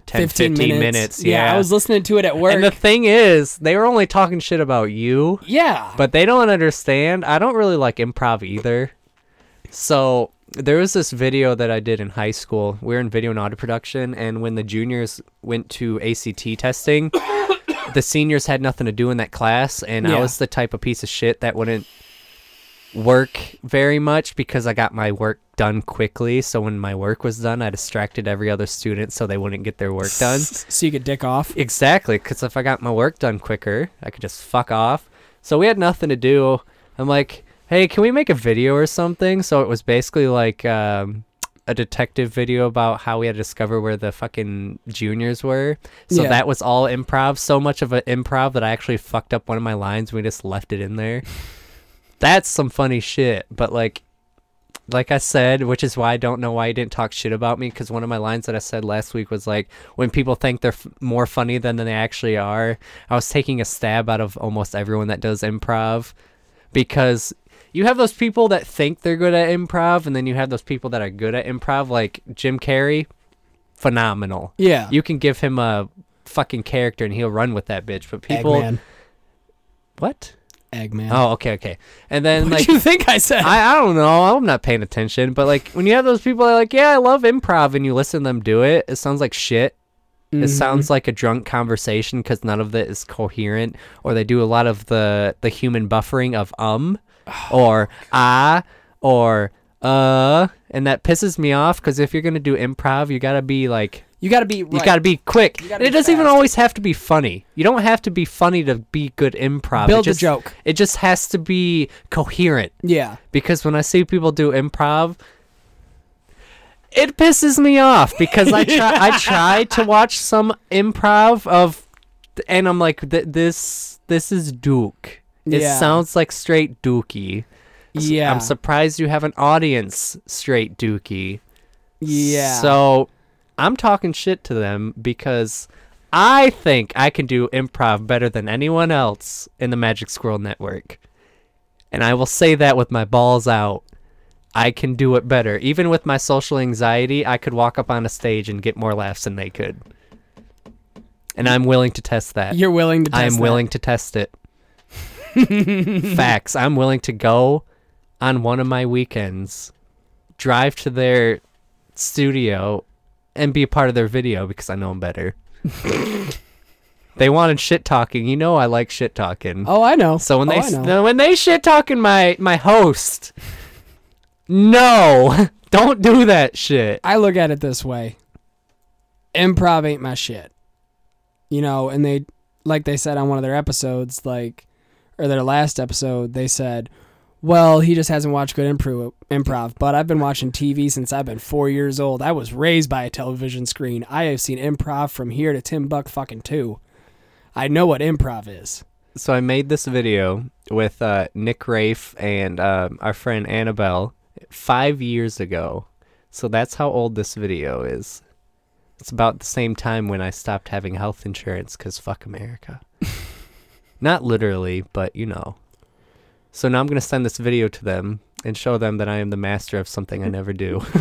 Speaker 2: 10, 15, minutes. Yeah,
Speaker 1: I was listening to it at work.
Speaker 2: and the thing is, they were only talking shit about you,
Speaker 1: yeah.
Speaker 2: but they don't understand. I don't really like improv either. So there was this video that I did in high school. We were in video and audio production, and when the juniors went to ACT testing, the seniors had nothing to do in that class, and
Speaker 1: Yeah.
Speaker 2: I was the type of piece of shit that wouldn't work very much because I got my work done quickly. So when my work was done, I distracted every other student so they wouldn't get their work done.
Speaker 1: so you could dick off.
Speaker 2: Exactly, because if I got my work done quicker, I could just fuck off. So we had nothing to do. I'm like, hey, can we make a video or something? So it was basically like um, a detective video about how we had to discover where the fucking juniors were. So
Speaker 1: Yeah.
Speaker 2: that was all improv. So much of an improv that I actually fucked up one of my lines. We just left it in there. That's some funny shit. But like, like I said, which is why I don't know why you didn't talk shit about me because one of my lines that I said last week was like, when people think they're f- more funny than they actually are, I was taking a stab out of almost everyone that does improv because you have those people that think they're good at improv and then you have those people that are good at improv, like Jim Carrey, phenomenal.
Speaker 1: Yeah.
Speaker 2: You can give him a fucking character and he'll run with that bitch, but people.
Speaker 1: Eggman.
Speaker 2: What?
Speaker 1: Eggman.
Speaker 2: Oh, okay, okay. And then
Speaker 1: What
Speaker 2: like
Speaker 1: do you think I said?
Speaker 2: I, I don't know. I'm not paying attention. But like when you have those people that are like, yeah, I love improv, and you listen to them do it, it sounds like shit.
Speaker 1: Mm-hmm.
Speaker 2: It sounds like a drunk conversation because none of it is coherent, or they do a lot of the the human buffering of um, or ah, or uh, and that pisses me off because if you're gonna do improv, you gotta be like
Speaker 1: You got to be.
Speaker 2: you
Speaker 1: Right.
Speaker 2: gotta be quick.
Speaker 1: gotta
Speaker 2: and it
Speaker 1: be
Speaker 2: doesn't even
Speaker 1: fast.
Speaker 2: always have to be funny. You don't have to be funny to be good improv. It
Speaker 1: Build the
Speaker 2: just-
Speaker 1: joke.
Speaker 2: It just has to be coherent
Speaker 1: Yeah.
Speaker 2: because when I see people do improv, it pisses me off because I try I try to watch some improv of, and I'm like "Th- this this is Duke. It
Speaker 1: Yeah.
Speaker 2: sounds like straight Dookie. S-
Speaker 1: Yeah.
Speaker 2: I'm surprised you have an audience straight Dookie.
Speaker 1: Yeah.
Speaker 2: So I'm talking shit to them because I think I can do improv better than anyone else in the Magic Squirrel Network. And I will say that with my balls out. I can do it better. Even with my social anxiety, I could walk up on a stage and get more laughs than they could. And I'm willing to test that.
Speaker 1: you're willing to. Test
Speaker 2: I am
Speaker 1: that.
Speaker 2: willing to test it. Facts. I'm willing to go on one of my weekends, drive to their studio, and be a part of their video because I know them better. they wanted shit talking. You know I like shit talking.
Speaker 1: Oh, I know.
Speaker 2: so when
Speaker 1: Oh,
Speaker 2: they
Speaker 1: I know.
Speaker 2: s- when they shit talking my my host, no, don't do that shit.
Speaker 1: I look at it this way. Improv ain't my shit. You know, and they like they said on one of their episodes, like or their last episode, they said, Well, he just hasn't watched good improv improv, but I've been watching TV since I've been four years old. I was raised by a television screen. I have seen improv from here to Tim Buck fucking two. I know what improv is.
Speaker 2: so I made this video with uh, Nick Rafe and um, our friend Annabelle five years ago. So that's how old this video is. It's about the same time when I stopped having health insurance because fuck America. Not literally, but you know. So now I'm going to send this video to them and show them that I am the master of something I never do.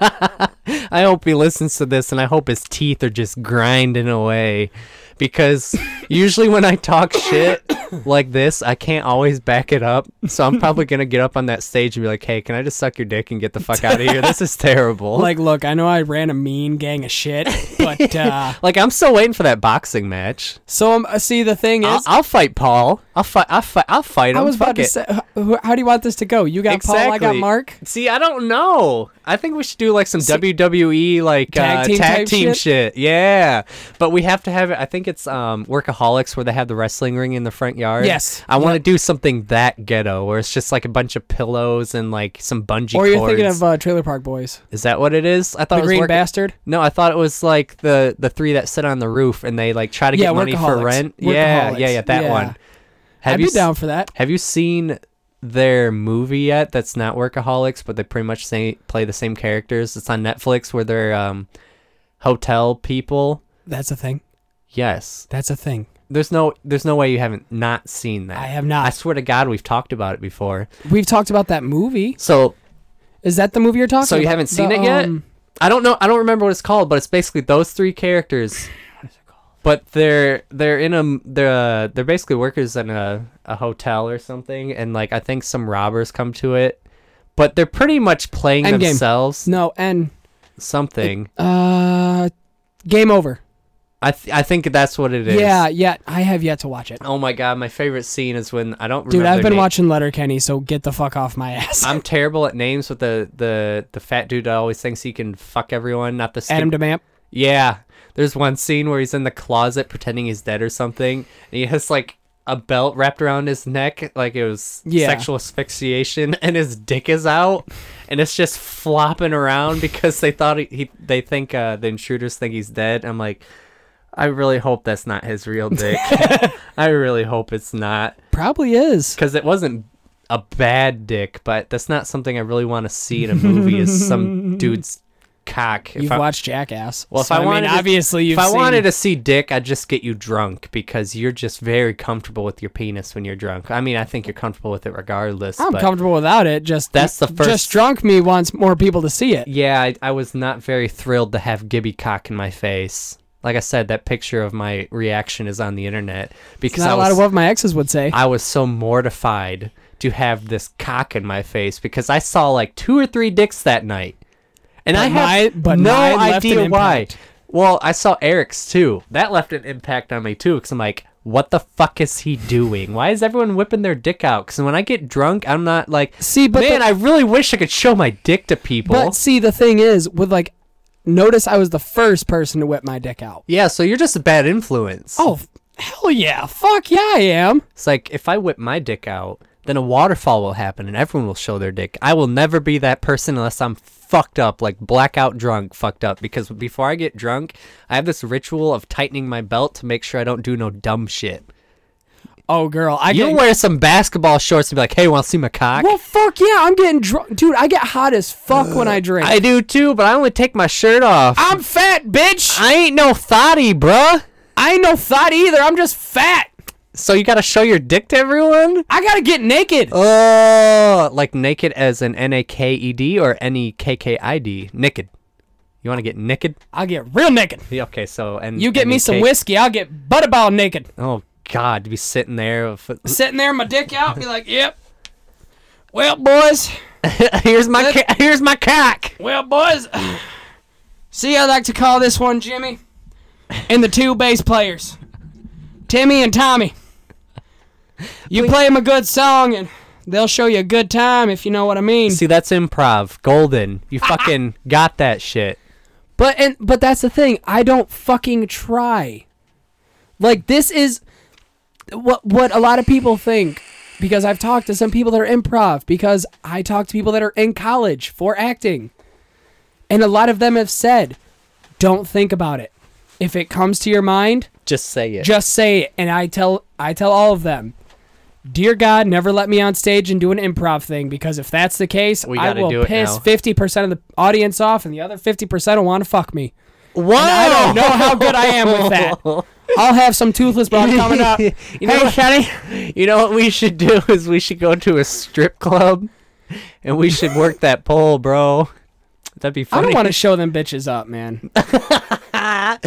Speaker 2: I hope he listens to this and I hope his teeth are just grinding away because usually when I talk shit like this, I can't always back it up. So I'm probably going to get up on that stage and be like, hey, can I just suck your dick and get the fuck out of here? This is terrible.
Speaker 1: Like, look, I know I ran a mean gang of shit, but uh
Speaker 2: Like I'm still waiting for that boxing match.
Speaker 1: so um, see the thing
Speaker 2: I'll,
Speaker 1: is
Speaker 2: I'll fight Paul. I'll fight. I'll fight. I'll fight him.
Speaker 1: I was about
Speaker 2: Fuck
Speaker 1: to
Speaker 2: it.
Speaker 1: say, h- who- how do you want this to go? You got Paul, I got
Speaker 2: Exactly.
Speaker 1: Mark.
Speaker 2: See, I don't know. I think we should do like some WWE like
Speaker 1: Tag team
Speaker 2: tag uh, team,
Speaker 1: type
Speaker 2: tag team
Speaker 1: shit?
Speaker 2: shit? Yeah, but we have to have it. I think it's um workaholics where they have the wrestling ring in the front yard.
Speaker 1: Yes.
Speaker 2: I want to do something that ghetto where it's just like a bunch of pillows and like some bungee
Speaker 1: Or
Speaker 2: cords.
Speaker 1: you're thinking of uh, Trailer Park Boys,
Speaker 2: is that what it is? I
Speaker 1: the
Speaker 2: thought it was
Speaker 1: Green
Speaker 2: work-
Speaker 1: Bastard.
Speaker 2: No, I thought it was like the the three that sit on the roof and they like try to
Speaker 1: Yeah,
Speaker 2: get money for
Speaker 1: Workaholics.
Speaker 2: rent. Yeah, yeah,
Speaker 1: Workaholics.
Speaker 2: yeah, that
Speaker 1: Yeah.
Speaker 2: one. Have
Speaker 1: I'd
Speaker 2: you
Speaker 1: be
Speaker 2: s-
Speaker 1: down for that.
Speaker 2: Have you seen their movie yet? That's not Workaholics, but they pretty much say, play the same characters. It's on Netflix where they're um, hotel people.
Speaker 1: That's a thing.
Speaker 2: Yes,
Speaker 1: That's a thing.
Speaker 2: there's no there's no way you haven't not seen that.
Speaker 1: I have
Speaker 2: I
Speaker 1: not.
Speaker 2: swear to God, we've talked about it before.
Speaker 1: We've talked about that movie.
Speaker 2: So
Speaker 1: Is that the movie you're talking about?
Speaker 2: So you haven't seen
Speaker 1: The,
Speaker 2: it yet?
Speaker 1: um,
Speaker 2: I don't know. I don't remember what it's called, but it's basically those three characters. But they're they're in a m- they're uh, they're basically workers in a, a hotel or something, and like I think some robbers come to it, but they're pretty much playing
Speaker 1: Endgame.
Speaker 2: themselves
Speaker 1: no, and
Speaker 2: something.
Speaker 1: uh, Game Over.
Speaker 2: I th- I think that's what it is.
Speaker 1: Yeah, yeah. I have yet to watch it.
Speaker 2: Oh my god, my favorite scene is when I don't.
Speaker 1: Dude,
Speaker 2: remember
Speaker 1: I've been
Speaker 2: na-
Speaker 1: watching Letterkenny, so get the fuck off my ass.
Speaker 2: I'm terrible at names, but the the the fat dude always thinks he can fuck everyone. Not the skin
Speaker 1: Adam DeMamp.
Speaker 2: Yeah. There's one scene where he's in the closet pretending he's dead or something, and he has like a belt wrapped around his neck, like it was
Speaker 1: Yeah.
Speaker 2: sexual asphyxiation, and his dick is out, and it's just flopping around because they thought he, he they think uh, the intruders think he's dead. I'm like, I really hope that's not his real dick. I really hope it's not
Speaker 1: Probably is.
Speaker 2: because it wasn't a bad dick, but that's not something I really want to see in a movie. is some dude's cock? If
Speaker 1: You've
Speaker 2: I-
Speaker 1: watched Jackass.
Speaker 2: well, if
Speaker 1: So,
Speaker 2: I
Speaker 1: mean,
Speaker 2: wanted to-
Speaker 1: obviously, you've
Speaker 2: if I
Speaker 1: seen-
Speaker 2: wanted to see dick, I'd just get you drunk because you're just very comfortable with your penis when you're drunk. I mean, I think you're comfortable with it regardless.
Speaker 1: I'm
Speaker 2: but
Speaker 1: comfortable without it. Just
Speaker 2: That's the
Speaker 1: Just
Speaker 2: first-
Speaker 1: drunk me wants more people to see it.
Speaker 2: yeah, I, I was not very thrilled to have Gibby cock in my face. Like I said, that picture of my reaction is on the internet because
Speaker 1: Not
Speaker 2: I
Speaker 1: a lot
Speaker 2: was,
Speaker 1: of what my exes would say.
Speaker 2: I was so mortified to have this cock in my face because I saw like two or three dicks that night, and
Speaker 1: But
Speaker 2: I have
Speaker 1: my- but
Speaker 2: no
Speaker 1: mine left an
Speaker 2: idea why.
Speaker 1: impact.
Speaker 2: Well, I saw Eric's too. That left an impact on me too, because I'm like, what the fuck is he doing? Why is everyone whipping their dick out? Because when I get drunk, I'm not like,
Speaker 1: See, but
Speaker 2: man,
Speaker 1: the-
Speaker 2: I really wish I could show my dick to people.
Speaker 1: But see, the thing is, with like, notice I was the first person to whip my dick out.
Speaker 2: yeah, so you're just a bad influence.
Speaker 1: Oh, f- hell yeah. Fuck yeah, I am.
Speaker 2: It's like if I whip my dick out, then a waterfall will happen and everyone will show their dick. I will never be that person unless I'm fucked up, like blackout drunk, fucked up. Because before I get drunk, I have this ritual of tightening my belt to make sure I don't do no dumb shit.
Speaker 1: Oh, girl. I
Speaker 2: You
Speaker 1: get.
Speaker 2: wear some basketball shorts and be like, "Hey, want to see my cock?"
Speaker 1: well, fuck yeah. I'm getting drunk. Dude, I get hot as fuck when I drink.
Speaker 2: I do too, but I only take my shirt off. I,
Speaker 1: am fat, bitch.
Speaker 2: ain't no thotty, bruh.
Speaker 1: I ain't no thought either. I'm just fat.
Speaker 2: So you gotta show your dick to everyone.
Speaker 1: I gotta get naked.
Speaker 2: Oh, like naked as an N A K E D or N E K K I D, naked. You want to get naked?
Speaker 1: I'll get real naked.
Speaker 2: Yeah, okay, so and
Speaker 1: You get
Speaker 2: and
Speaker 1: me
Speaker 2: you
Speaker 1: some
Speaker 2: take-
Speaker 1: whiskey. I'll get butterball naked.
Speaker 2: Oh God, to be sitting there. With,
Speaker 1: Sitting there, my dick out, be like, yep. Well, boys.
Speaker 2: here's my ca- here's my cock.
Speaker 1: Well, boys, see, I like to call this one Jimmy and the two bass players, Timmy and Tommy. You play them a good song, and they'll show you a good time if you know what I mean.
Speaker 2: See, that's improv, golden. You fucking got that shit.
Speaker 1: But and but that's the thing. I don't fucking try. Like this is what what a lot of people think because I've talked to some people that are improv because I talk to people that are in college for acting. And a lot of them have said, "Don't think about it. If it comes to your mind,
Speaker 2: Just say it.
Speaker 1: just say it." And I tell I tell all of them, "Dear God, never let me on stage and do an improv thing because if that's the case,
Speaker 2: We
Speaker 1: I
Speaker 2: gotta do
Speaker 1: will
Speaker 2: it
Speaker 1: piss
Speaker 2: now."
Speaker 1: 50% of the audience off and the other 50% will want to fuck me."
Speaker 2: Whoa!
Speaker 1: And I don't know how good I am with that. I'll have some toothless bone coming up.
Speaker 2: you know,
Speaker 1: Hey,
Speaker 2: what, Sonny? You know what we should do is we should go to a strip club, and we should work that pole, bro. That'd be
Speaker 1: I
Speaker 2: funny.
Speaker 1: don't want to show them bitches up, man.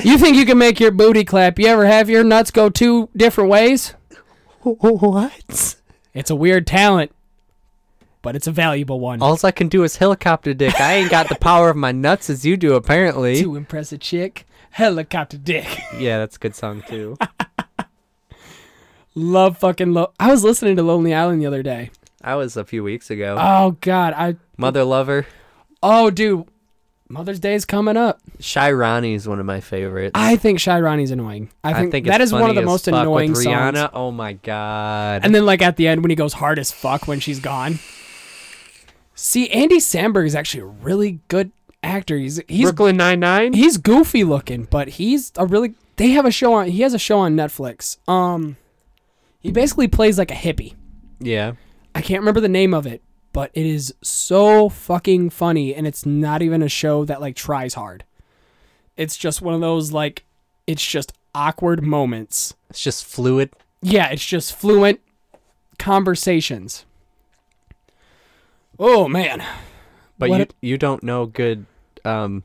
Speaker 1: you think you can make your booty clap? You ever have your nuts go two different ways?
Speaker 2: What?
Speaker 1: It's a weird talent, but it's a valuable one.
Speaker 2: All I can do is helicopter dick. I ain't got the power of my nuts as you do, apparently.
Speaker 1: To impress a chick, helicopter dick.
Speaker 2: Yeah, that's a good song too.
Speaker 1: Love fucking lo I was listening to Lonely Island the other day.
Speaker 2: I was a few weeks ago.
Speaker 1: Oh god, I
Speaker 2: Mother Lover.
Speaker 1: oh dude, Mother's Day is coming up.
Speaker 2: Shy Ronnie is one of my favorites.
Speaker 1: I think Shy Ronnie's annoying. I think,
Speaker 2: think
Speaker 1: that
Speaker 2: it's
Speaker 1: is one of
Speaker 2: funny
Speaker 1: the
Speaker 2: as
Speaker 1: most
Speaker 2: fuck
Speaker 1: annoying
Speaker 2: with
Speaker 1: songs.
Speaker 2: Rihanna. Oh my god.
Speaker 1: And then like at the end when he goes hard as fuck when she's gone. See, Andy Samberg is actually a really good actor. He's he's
Speaker 2: Brooklyn Nine Nine.
Speaker 1: he's goofy looking, but he's a really they have a show on he has a show on Netflix. Um he basically plays like a hippie.
Speaker 2: Yeah.
Speaker 1: I can't remember the name of it, but it is so fucking funny and it's not even a show that like tries hard. It's just one of those like it's just awkward moments.
Speaker 2: It's just fluid.
Speaker 1: Yeah, it's just fluent conversations. Oh man.
Speaker 2: But
Speaker 1: What
Speaker 2: you you don't know good um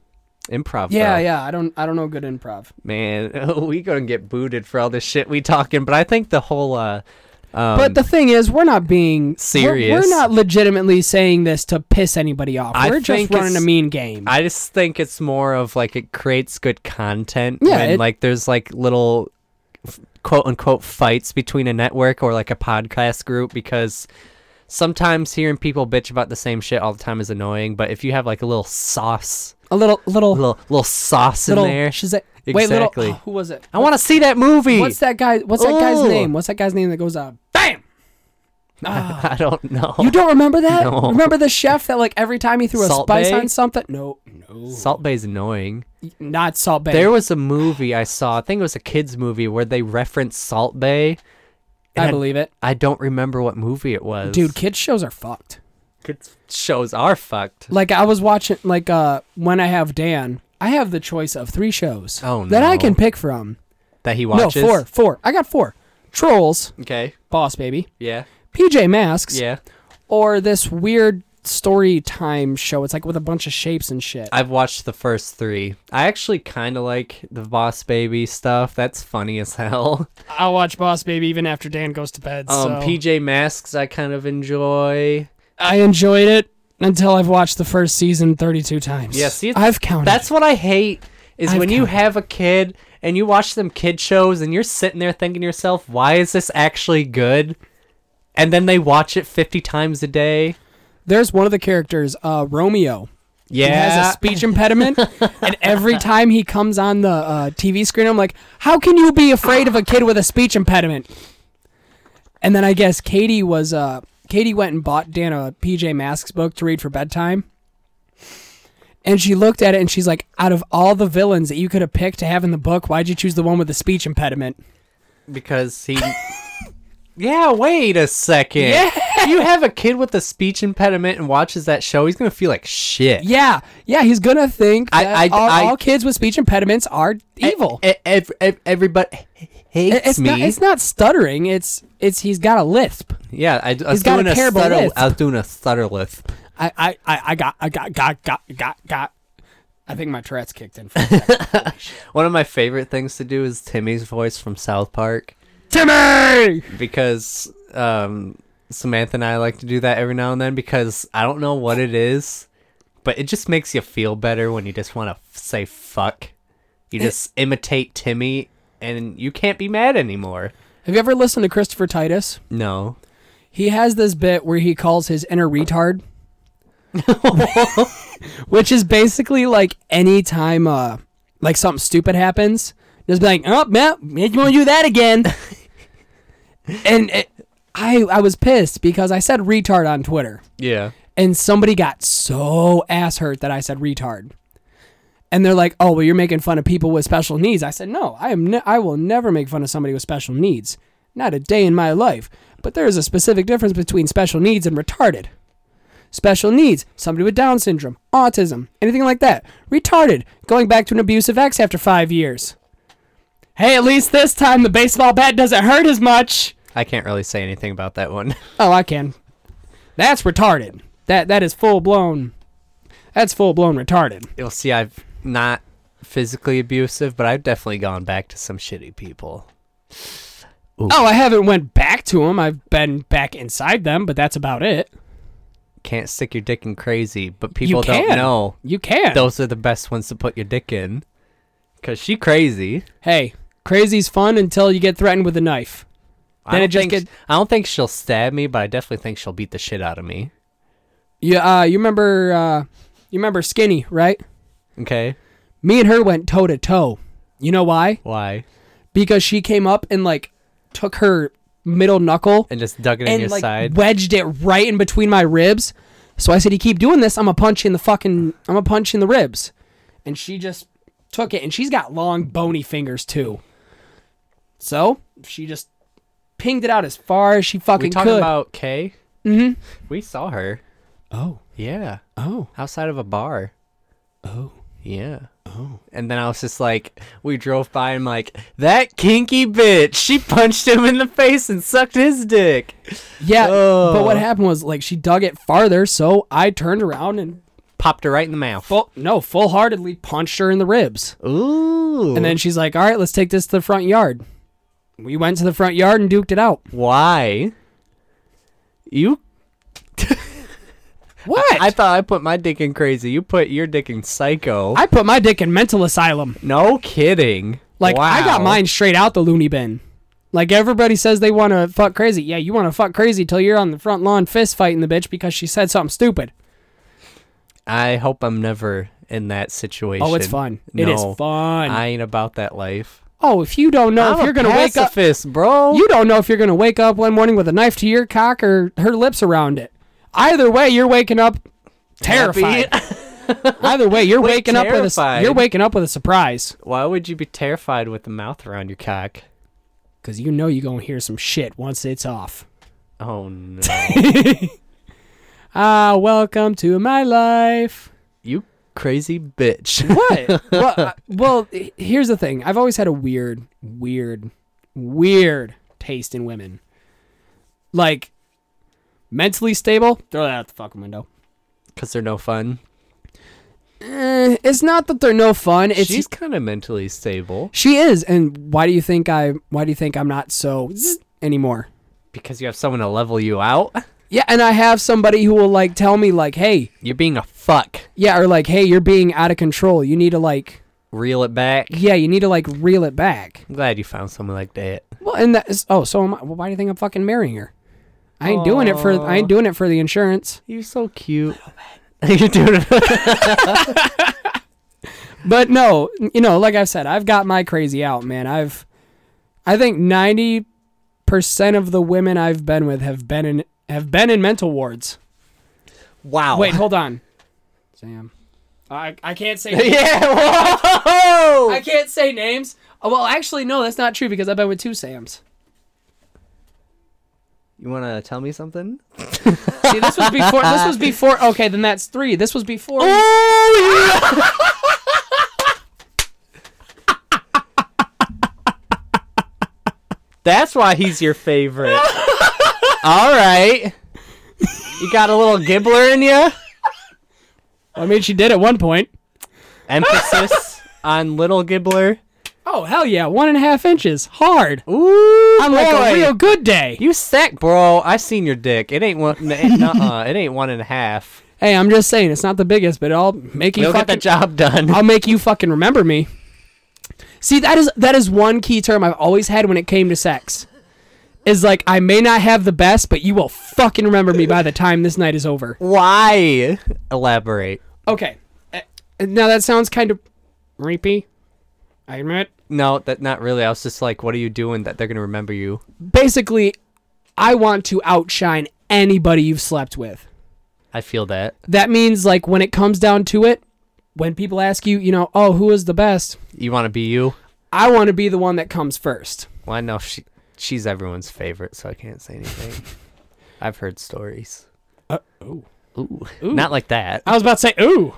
Speaker 2: improv.
Speaker 1: Yeah,
Speaker 2: though.
Speaker 1: yeah. I don't I don't know good improv.
Speaker 2: Man, we gonna get booted for all this shit we talking. But I think the whole uh um,
Speaker 1: but the thing is, we're not being we're- We're,
Speaker 2: Serious.
Speaker 1: not legitimately saying this to piss anybody off.
Speaker 2: I
Speaker 1: we're just
Speaker 2: think
Speaker 1: running a
Speaker 2: it's-
Speaker 1: mean game.
Speaker 2: I just think it's more of like it creates good content.
Speaker 1: Yeah,
Speaker 2: when,
Speaker 1: it-
Speaker 2: like there's like little f- quote unquote fights between a network or like a podcast group because sometimes hearing people bitch about the same shit all the time is annoying. But if you have like a little sauce,
Speaker 1: a little little
Speaker 2: little little sauce
Speaker 1: little
Speaker 2: in there,
Speaker 1: She's like, wait, little
Speaker 2: Exactly.
Speaker 1: oh, who was it?
Speaker 2: I want to see that movie.
Speaker 1: What's that guy? What's that guy's
Speaker 2: Ooh.
Speaker 1: name? What's that guy's name that goes out? Bam!
Speaker 2: I don't know.
Speaker 1: Ah. You don't remember that?
Speaker 2: No.
Speaker 1: Remember the chef that like every time he threw a
Speaker 2: Salt
Speaker 1: spice
Speaker 2: Bae?
Speaker 1: on something? No, no,
Speaker 2: Salt Bay's annoying.
Speaker 1: not Salt Bay.
Speaker 2: There was a movie I saw. I think it was a kids movie where they referenced Salt Bay.
Speaker 1: I believe it.
Speaker 2: I don't remember what movie it was.
Speaker 1: Dude, kids shows are fucked.
Speaker 2: kids shows are fucked.
Speaker 1: Like I was watching like uh when I have Dan, I have the choice of three shows
Speaker 2: Oh,
Speaker 1: that I
Speaker 2: no.
Speaker 1: can pick from.
Speaker 2: that he watches.
Speaker 1: No, four, four. I got four. Trolls,
Speaker 2: Okay.
Speaker 1: Boss Baby,
Speaker 2: Yeah.
Speaker 1: PJ Masks,
Speaker 2: Yeah.
Speaker 1: or this weird story time show. It's like with a bunch of shapes and shit.
Speaker 2: I've watched the first three. I actually kind of like the Boss Baby stuff. That's funny as hell.
Speaker 1: I'll watch Boss Baby even after Dan goes to bed.
Speaker 2: Um, PJ Masks, I kind of enjoy.
Speaker 1: I enjoyed it until I've watched the first season 32 times.
Speaker 2: Yeah, see, it's-
Speaker 1: I've counted.
Speaker 2: That's what I hate is
Speaker 1: I've
Speaker 2: when you
Speaker 1: counted.
Speaker 2: have a kid and you watch them kid shows and you're sitting there thinking to yourself, why is this actually good? And then they watch it 50 times a day.
Speaker 1: There's one of the characters, uh, Romeo.
Speaker 2: Yeah.
Speaker 1: He has a speech impediment, and every time he comes on the uh, TV screen, I'm like, "How can you be afraid of a kid with a speech impediment?" And then I guess Katie was uh, Katie went and bought Dan a PJ Masks book to read for bedtime, and she looked at it and she's like, "Out of all the villains that you could have picked to have in the book, why'd you choose the one with the speech impediment?"
Speaker 2: because he Yeah, wait a second. Yeah. You have a kid with a speech impediment and watches that show, he's gonna feel like shit.
Speaker 1: Yeah, yeah, he's gonna think
Speaker 2: I-
Speaker 1: that
Speaker 2: I-
Speaker 1: all,
Speaker 2: I-
Speaker 1: all kids with speech impediments are evil.
Speaker 2: E- ev- ev- everybody hates
Speaker 1: It- it's
Speaker 2: me.
Speaker 1: not it's not stuttering it's it's he's got a lisp
Speaker 2: yeah, I, I was
Speaker 1: He's got
Speaker 2: doing
Speaker 1: a
Speaker 2: a,
Speaker 1: terrible
Speaker 2: stutter.
Speaker 1: lisp.
Speaker 2: I was doing a stutter lisp.
Speaker 1: i i i, I got i got got got got got i think my tourette's kicked in for a second.
Speaker 2: One of my favorite things to do is Timmy's voice from South Park
Speaker 1: timmy
Speaker 2: because um, Samantha and I like to do that every now and then because I don't know what it is, but it just makes you feel better when you just want to say fuck. You just imitate Timmy and you can't be mad anymore.
Speaker 1: have you ever listened to christopher titus
Speaker 2: No.
Speaker 1: he has this bit where he calls his inner retard which is basically like any time uh like something stupid happens just be like oh man you want to do that again and it, i i was pissed because i said retard on twitter
Speaker 2: Yeah.
Speaker 1: and somebody got so ass hurt that I said retard. And they're like, "Oh, well, you're making fun of people with special needs." I said, "No, I am. Ne- I will never make fun of somebody with special needs. Not a day in my life. But there is a specific difference between special needs and retarded. Special needs: somebody with Down syndrome, autism, anything like that. Retarded: going back to an abusive ex after five years. Hey, at least this time the baseball bat doesn't hurt as much.
Speaker 2: I can't really say anything about that one.
Speaker 1: Oh, I can. That's retarded. That that is full blown. That's full blown retarded.
Speaker 2: You'll see I've not physically abusive, but I've definitely gone back to some shitty people.
Speaker 1: Oh, I haven't went back to them. I've been back inside them, but that's about it.
Speaker 2: Can't stick your dick in crazy, but people don't
Speaker 1: can.
Speaker 2: know.
Speaker 1: You can.
Speaker 2: Those are the best ones to put your dick in. Cause she crazy.
Speaker 1: hey, crazy's fun until you get threatened with a knife.
Speaker 2: I
Speaker 1: Then it
Speaker 2: don't
Speaker 1: just
Speaker 2: think-
Speaker 1: get-
Speaker 2: I don't think she'll stab me, but I definitely think she'll beat the shit out of me.
Speaker 1: You uh, you remember uh, you remember Skinny, right?
Speaker 2: Okay.
Speaker 1: Me and her went toe to toe. You know why?
Speaker 2: Why?
Speaker 1: Because she came up and like took her middle knuckle
Speaker 2: And just dug it in
Speaker 1: and
Speaker 2: your
Speaker 1: like
Speaker 2: side.
Speaker 1: wedged it right in between my ribs. So I said, "You keep doing this, I'm gonna punch you in the fucking, I'm gonna punch you in the ribs." And she just took it, and she's got long bony fingers too. So she just pinged it out as far as she
Speaker 2: we
Speaker 1: fucking
Speaker 2: talking
Speaker 1: could.
Speaker 2: about Kay? Mm-hmm. We saw her.
Speaker 1: oh,
Speaker 2: Yeah.
Speaker 1: oh,
Speaker 2: Outside of a bar.
Speaker 1: oh.
Speaker 2: Yeah. Oh. And then I was just like, we drove by and I'm like, that kinky bitch. She punched him in the face and sucked his dick.
Speaker 1: Yeah, but what
Speaker 2: Oh.
Speaker 1: happened was like she dug it farther, so I turned around and
Speaker 2: Popped her right in the mouth.
Speaker 1: full no, full heartedly punched her in the ribs.
Speaker 2: Ooh.
Speaker 1: And then she's like, "All right, let's take this to the front yard." We went to the front yard and duked it out.
Speaker 2: why? You?
Speaker 1: What?
Speaker 2: I thought I put my dick in crazy. You put your dick in psycho.
Speaker 1: I put my dick in mental asylum.
Speaker 2: no kidding.
Speaker 1: Like I got
Speaker 2: Wow.
Speaker 1: mine straight out the loony bin. Like everybody says they want to fuck crazy. Yeah, you want to fuck crazy till you're on the front lawn fist fighting the bitch because she said something stupid.
Speaker 2: I hope I'm never in that situation.
Speaker 1: Oh, it's fun. It is
Speaker 2: No,
Speaker 1: fun.
Speaker 2: I ain't about that life.
Speaker 1: oh, if you don't know
Speaker 2: I'm
Speaker 1: if
Speaker 2: a
Speaker 1: you're gonna wake up,
Speaker 2: pacifist, bro.
Speaker 1: you don't know if you're gonna wake up one morning with a knife to your cock or her lips around it. Either way, you're waking up terrified. Either way, you're
Speaker 2: Wait,
Speaker 1: waking up with a
Speaker 2: terrified?
Speaker 1: you're waking up with a surprise
Speaker 2: Why would you be terrified with the mouth around your cock?
Speaker 1: because you know you're gonna hear some shit once it's off.
Speaker 2: Oh no.
Speaker 1: Ah, welcome to my life.
Speaker 2: you crazy bitch.
Speaker 1: What? well, I- well, h- here's the thing. I've always had a weird, weird, weird taste in women. Like, mentally stable, throw that out the fucking window.
Speaker 2: Cuz they're no fun.
Speaker 1: Eh, it's not that they're no fun. It's
Speaker 2: She's kind of mentally stable
Speaker 1: she is, and why do you think I? Why do you think I'm not so zzz anymore?
Speaker 2: because you have someone to level you out.
Speaker 1: Yeah, and I have somebody who will like tell me like, hey,
Speaker 2: You're being a fuck.
Speaker 1: yeah, or like, hey, you're being out of control. You need to like
Speaker 2: reel it back.
Speaker 1: Yeah, you need to like reel it back.
Speaker 2: I'm glad you found someone like that.
Speaker 1: Well, and that is oh, so am I. Well, why do you think I'm fucking marrying her? I ain't doing it for I ain't doing it for the insurance.
Speaker 2: You're so cute. You're doing it.
Speaker 1: But no, you know, like I've said, I've got my crazy out, man. I've I think 90% of the women I've been with have been in have been in mental wards.
Speaker 2: Wow.
Speaker 1: Wait, hold on. Sam. I I can't say
Speaker 2: yeah. Whoa.
Speaker 1: I can't say names. Oh, Well, actually no, that's not true because I've been with two Sams.
Speaker 2: You want to tell me something?
Speaker 1: See, this was before this was before Okay, then that's 3. This was before
Speaker 2: Oh, That's why he's your favorite. All right. You got a little gibbler in you.
Speaker 1: I mean, she did at one point.
Speaker 2: Emphasis on little gibbler.
Speaker 1: Oh hell yeah, one and a half inches, hard.
Speaker 2: Ooh,
Speaker 1: I'm like a real good day.
Speaker 2: You sack, bro. I seen your dick. It ain't one. n- uh-uh. It ain't one and a half.
Speaker 1: Hey, I'm just saying, it's not the biggest, but I'll make you
Speaker 2: You'll
Speaker 1: fucking,
Speaker 2: get the job done.
Speaker 1: I'll make you fucking remember me. See, that is that is one key term I've always had when it came to sex. Is like I may not have the best, but you will fucking remember me by the time this night is over.
Speaker 2: Why? Elaborate.
Speaker 1: Okay. Uh, Now that sounds kind of rapey. I admit.
Speaker 2: No, that not really. I was just like, what are you doing that they're gonna remember you?
Speaker 1: Basically, I want to outshine anybody you've slept with.
Speaker 2: I feel that.
Speaker 1: That means like when it comes down to it, when people ask you, you know, oh, who is the best?
Speaker 2: You want to be you?
Speaker 1: I want to be the one that comes first.
Speaker 2: Well, I know she she's everyone's favorite, so I can't say anything. I've heard stories.
Speaker 1: Uh, ooh.
Speaker 2: Ooh. Not like that.
Speaker 1: I was about to say, ooh.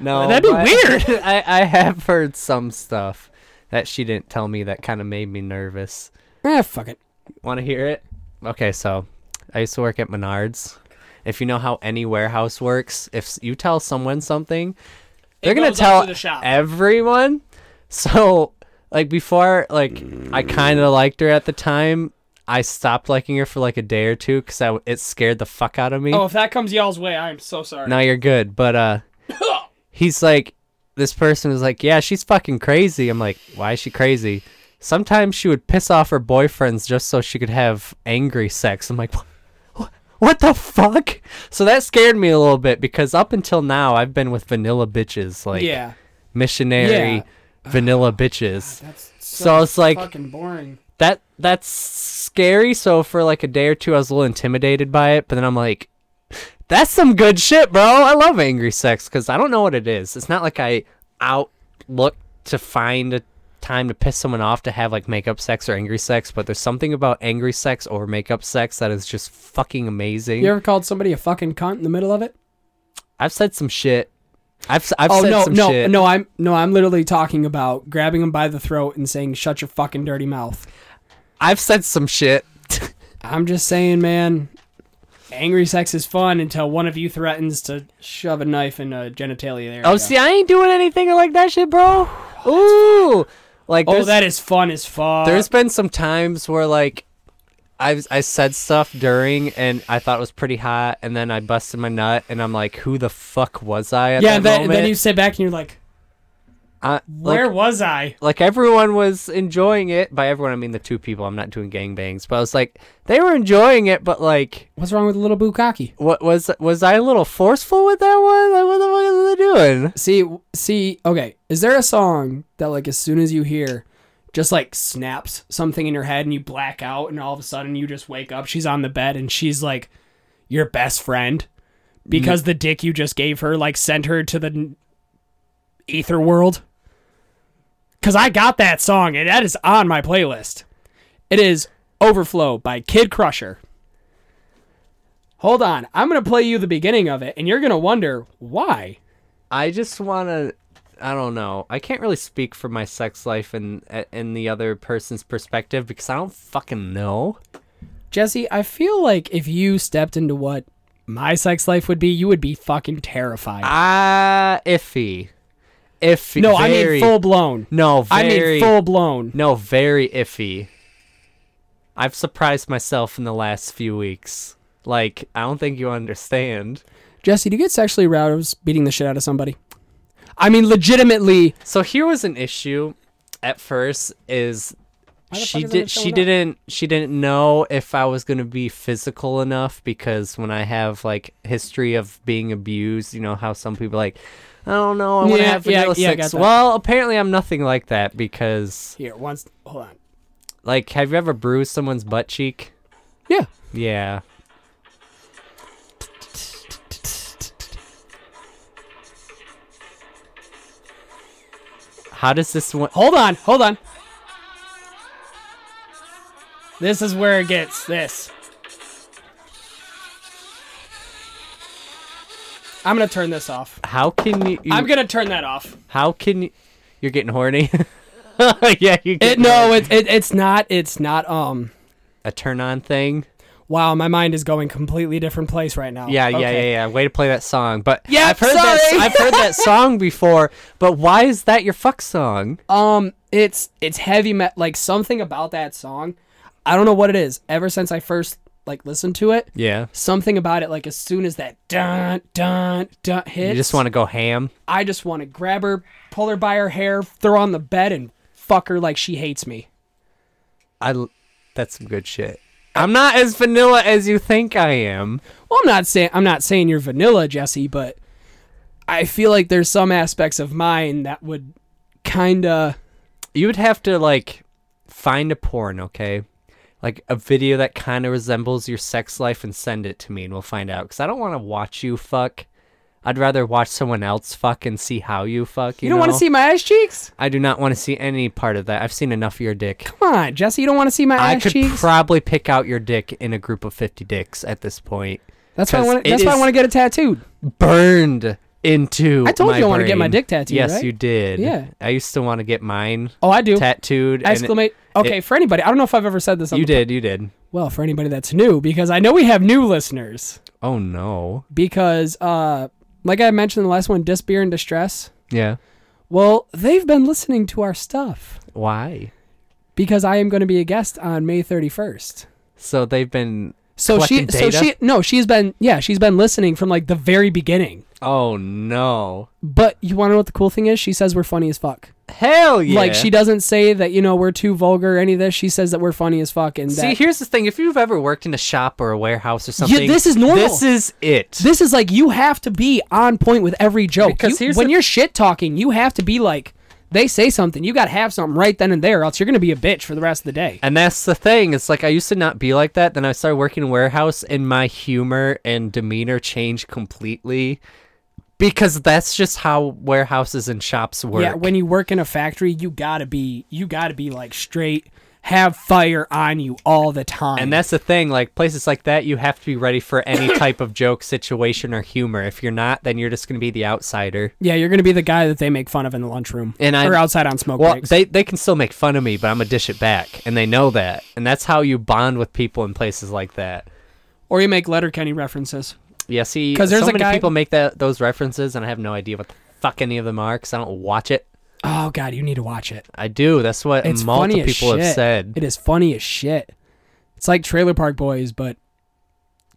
Speaker 2: No,
Speaker 1: that'd be
Speaker 2: but-
Speaker 1: weird.
Speaker 2: I I have heard some stuff that she didn't tell me that kind of made me nervous.
Speaker 1: Eh, fuck it.
Speaker 2: Want to hear it? Okay, so I used to work at Menards. If you know how any warehouse works, if s- you tell someone something, they're gonna
Speaker 1: goes up
Speaker 2: tell
Speaker 1: to the shop.
Speaker 2: everyone. So, like before, like I kind of liked her at the time. I stopped liking her for like a day or two because it scared the fuck out of me.
Speaker 1: Oh, if that comes y'all's way, I am so sorry.
Speaker 2: No, you're good. But uh, he's like, this person was like, yeah, she's fucking crazy. I'm like, why is she crazy? Sometimes she would piss off her boyfriends just so she could have angry sex. I'm like, "Wha- what the fuck? So that scared me a little bit because up until now I've been with vanilla bitches, like
Speaker 1: yeah.
Speaker 2: missionary vanilla bitches. so it's like
Speaker 1: fucking boring.
Speaker 2: that that's scary. So for like a day or two, I was a little intimidated by it, but then I'm like, that's some good shit, bro. I love angry sex because I don't know what it is. It's not like I out look to find a time to piss someone off to have like makeup sex or angry sex, but there's something about angry sex or makeup sex that is just fucking amazing.
Speaker 1: You ever called somebody a fucking cunt in the middle of it?
Speaker 2: I've said some shit. I've s- I've
Speaker 1: Oh
Speaker 2: said
Speaker 1: no,
Speaker 2: some
Speaker 1: no,
Speaker 2: shit.
Speaker 1: no! I'm no, I'm literally talking about grabbing them by the throat and saying, "Shut your fucking dirty mouth."
Speaker 2: I've said some shit.
Speaker 1: I'm just saying, man. Angry sex is fun until one of you threatens to shove a knife in a genitalia area.
Speaker 2: Oh, see, I ain't doing anything like that shit, bro. Ooh, like
Speaker 1: oh,
Speaker 2: there's-
Speaker 1: that is fun as fuck.
Speaker 2: There's been some times where like I've I said stuff during and I thought it was pretty hot and then I busted my nut and I'm like, who the fuck was I at
Speaker 1: yeah,
Speaker 2: that
Speaker 1: and then,
Speaker 2: moment?
Speaker 1: then you sit back and you're like,
Speaker 2: I-
Speaker 1: "Where
Speaker 2: like,
Speaker 1: was I?"
Speaker 2: like everyone was enjoying it. By everyone I mean the two people. I'm not doing gangbangs, but I was like, they were enjoying it, but like
Speaker 1: What's wrong with a little bukkake?
Speaker 2: what was was I a little forceful with that one? Like what the fuck are they doing?
Speaker 1: See, see, okay. Is there a song that like as soon as you hear, just like snaps something in your head and you black out and all of a sudden you just wake up? She's on the bed and she's like your best friend because the dick you just gave her like sent her to the n- ether world. Cause I got that song and that is on my playlist. It is Overflow by Kid Crusher. Hold on, I'm gonna play you the beginning of it and you're gonna wonder why.
Speaker 2: I just want to. I don't know. I can't really speak for my sex life and and the other person's perspective because I don't fucking know.
Speaker 1: Jesse, I feel like if you stepped into what my sex life would be, you would be fucking terrified.
Speaker 2: Ah, iffy, iffy.
Speaker 1: no, I mean
Speaker 2: very-
Speaker 1: full blown.
Speaker 2: No,
Speaker 1: I
Speaker 2: very.
Speaker 1: mean full blown.
Speaker 2: No, very iffy. I've surprised myself in the last few weeks. Like I don't think you understand.
Speaker 1: Jesse, do you get sexually aroused beating the shit out of somebody? I mean, legitimately,
Speaker 2: So here was an issue at first is
Speaker 1: Why the
Speaker 2: she
Speaker 1: fuck isn't it
Speaker 2: did she
Speaker 1: showing up?
Speaker 2: didn't she didn't know if I was going to be physical enough because when I have like history of being abused, you know how some people are like I don't know, I want to
Speaker 1: Yeah,
Speaker 2: have
Speaker 1: yeah,
Speaker 2: vanilla
Speaker 1: yeah, I
Speaker 2: six.
Speaker 1: got that.
Speaker 2: Well, apparently I'm nothing like that because
Speaker 1: here once. Hold on.
Speaker 2: like have you ever bruised someone's butt cheek?
Speaker 1: Yeah.
Speaker 2: Yeah. How does this one
Speaker 1: Hold on. Hold on. This is where it gets this. I'm gonna turn this off.
Speaker 2: How can you? you-
Speaker 1: I'm gonna turn that off.
Speaker 2: how can you? You're getting horny. yeah, you.
Speaker 1: It,
Speaker 2: get
Speaker 1: no, it, it it's not. It's not. Um.
Speaker 2: a turn on thing.
Speaker 1: Wow, my mind is going completely different place right now.
Speaker 2: Yeah, yeah,
Speaker 1: Okay.
Speaker 2: yeah, yeah. Way to play that song. But
Speaker 1: Yep,
Speaker 2: I've heard that.
Speaker 1: sorry.
Speaker 2: I've heard that song before. But why is that your fuck song?
Speaker 1: Um, it's it's heavy metal. Like something about that song, I don't know what it is. Ever since I first like listened to it,
Speaker 2: Yeah.
Speaker 1: something about it. Like as soon as that dun dun dun hits,
Speaker 2: You just want to go ham.
Speaker 1: I just want to grab her, pull her by her hair, throw her on the bed, and fuck her like she hates me.
Speaker 2: I. l- That's some good shit. I'm not as vanilla as you think I am.
Speaker 1: Well, I'm not saying I'm not saying you're vanilla, Jesse, but I feel like there's some aspects of mine that would kind of
Speaker 2: You would have to like find a porn, okay? Like a video that kind of resembles your sex life and send it to me and we'll find out cuz I don't want to watch you fuck. I'd rather watch someone else fuck and see how you fuck, you,
Speaker 1: you don't want
Speaker 2: know?
Speaker 1: to see my ass cheeks.
Speaker 2: I do not want to see any part of that. I've seen enough of your dick.
Speaker 1: Come on, Jesse, you don't want to see my
Speaker 2: I
Speaker 1: ass
Speaker 2: could
Speaker 1: cheeks.
Speaker 2: probably pick out your dick in a group of 50 dicks at this point.
Speaker 1: that's why I
Speaker 2: 'cause
Speaker 1: want.
Speaker 2: it
Speaker 1: That's why I
Speaker 2: is-
Speaker 1: want to get it tattooed.
Speaker 2: Burned into
Speaker 1: I told
Speaker 2: my
Speaker 1: you I wanna get my
Speaker 2: brain.
Speaker 1: dick tattooed,
Speaker 2: Yes,
Speaker 1: right?
Speaker 2: you did.
Speaker 1: Yeah.
Speaker 2: I used to want to get mine
Speaker 1: Oh, I do.
Speaker 2: tattooed and it-
Speaker 1: Exclamate. Okay, for anybody, I don't know if I've ever said this. On
Speaker 2: You
Speaker 1: the-
Speaker 2: did, you did.
Speaker 1: Well, for anybody that's new, because I know we have new listeners.
Speaker 2: Oh no.
Speaker 1: Because, uh, like I mentioned in the last one, Disbeer and Distress.
Speaker 2: Yeah.
Speaker 1: Well, they've been listening to our stuff
Speaker 2: Why?
Speaker 1: because I am going to be a guest on May 31st.
Speaker 2: So they've been.
Speaker 1: So she,
Speaker 2: Collecting
Speaker 1: so
Speaker 2: data?
Speaker 1: she, no, she's been, yeah, she's been listening from like the very beginning.
Speaker 2: Oh no!
Speaker 1: But you want to know what the cool thing is? She says we're funny as fuck.
Speaker 2: Hell yeah!
Speaker 1: Like she doesn't say that you know we're too vulgar or any of this. She says that we're funny as fuck. And
Speaker 2: See,
Speaker 1: that,
Speaker 2: here's the thing: if you've ever worked in a shop or a warehouse or something,
Speaker 1: this is normal.
Speaker 2: This is it.
Speaker 1: this is like you have to be on point with every joke.
Speaker 2: Because
Speaker 1: You-
Speaker 2: here's
Speaker 1: when
Speaker 2: the-
Speaker 1: you're shit talking, you have to be like they say something. You got to have something right then and there, else you're going to be a bitch for the rest of the day.
Speaker 2: and that's the thing. It's like I used to not be like that. Then I started working in a warehouse, and my humor and demeanor changed completely because that's just how warehouses and shops work.
Speaker 1: Yeah, when you work in a factory, you gotta be you gotta be like straight, have fire on you all the time.
Speaker 2: And that's the thing, like places like that, you have to be ready for any type of joke, situation, or humor. If you're not, then you're just going to be the outsider.
Speaker 1: yeah, you're gonna be the guy that they make fun of in the lunchroom
Speaker 2: And I-
Speaker 1: or outside on smoke
Speaker 2: Well,
Speaker 1: breaks.
Speaker 2: they they can still make fun of me, but I'm gonna dish it back, and they know that, and that's how you bond with people in places like that.
Speaker 1: or you make Letterkenny references.
Speaker 2: Yeah, see,
Speaker 1: 'Cause there's
Speaker 2: so
Speaker 1: a
Speaker 2: many
Speaker 1: guy-
Speaker 2: people make that those references, and I have no idea what the fuck any of them are because I don't watch it.
Speaker 1: Oh god, you need to watch it.
Speaker 2: I do. That's what
Speaker 1: It's
Speaker 2: multiple
Speaker 1: funny as
Speaker 2: people
Speaker 1: shit.
Speaker 2: have said.
Speaker 1: It is funny as shit. It's like Trailer Park Boys, but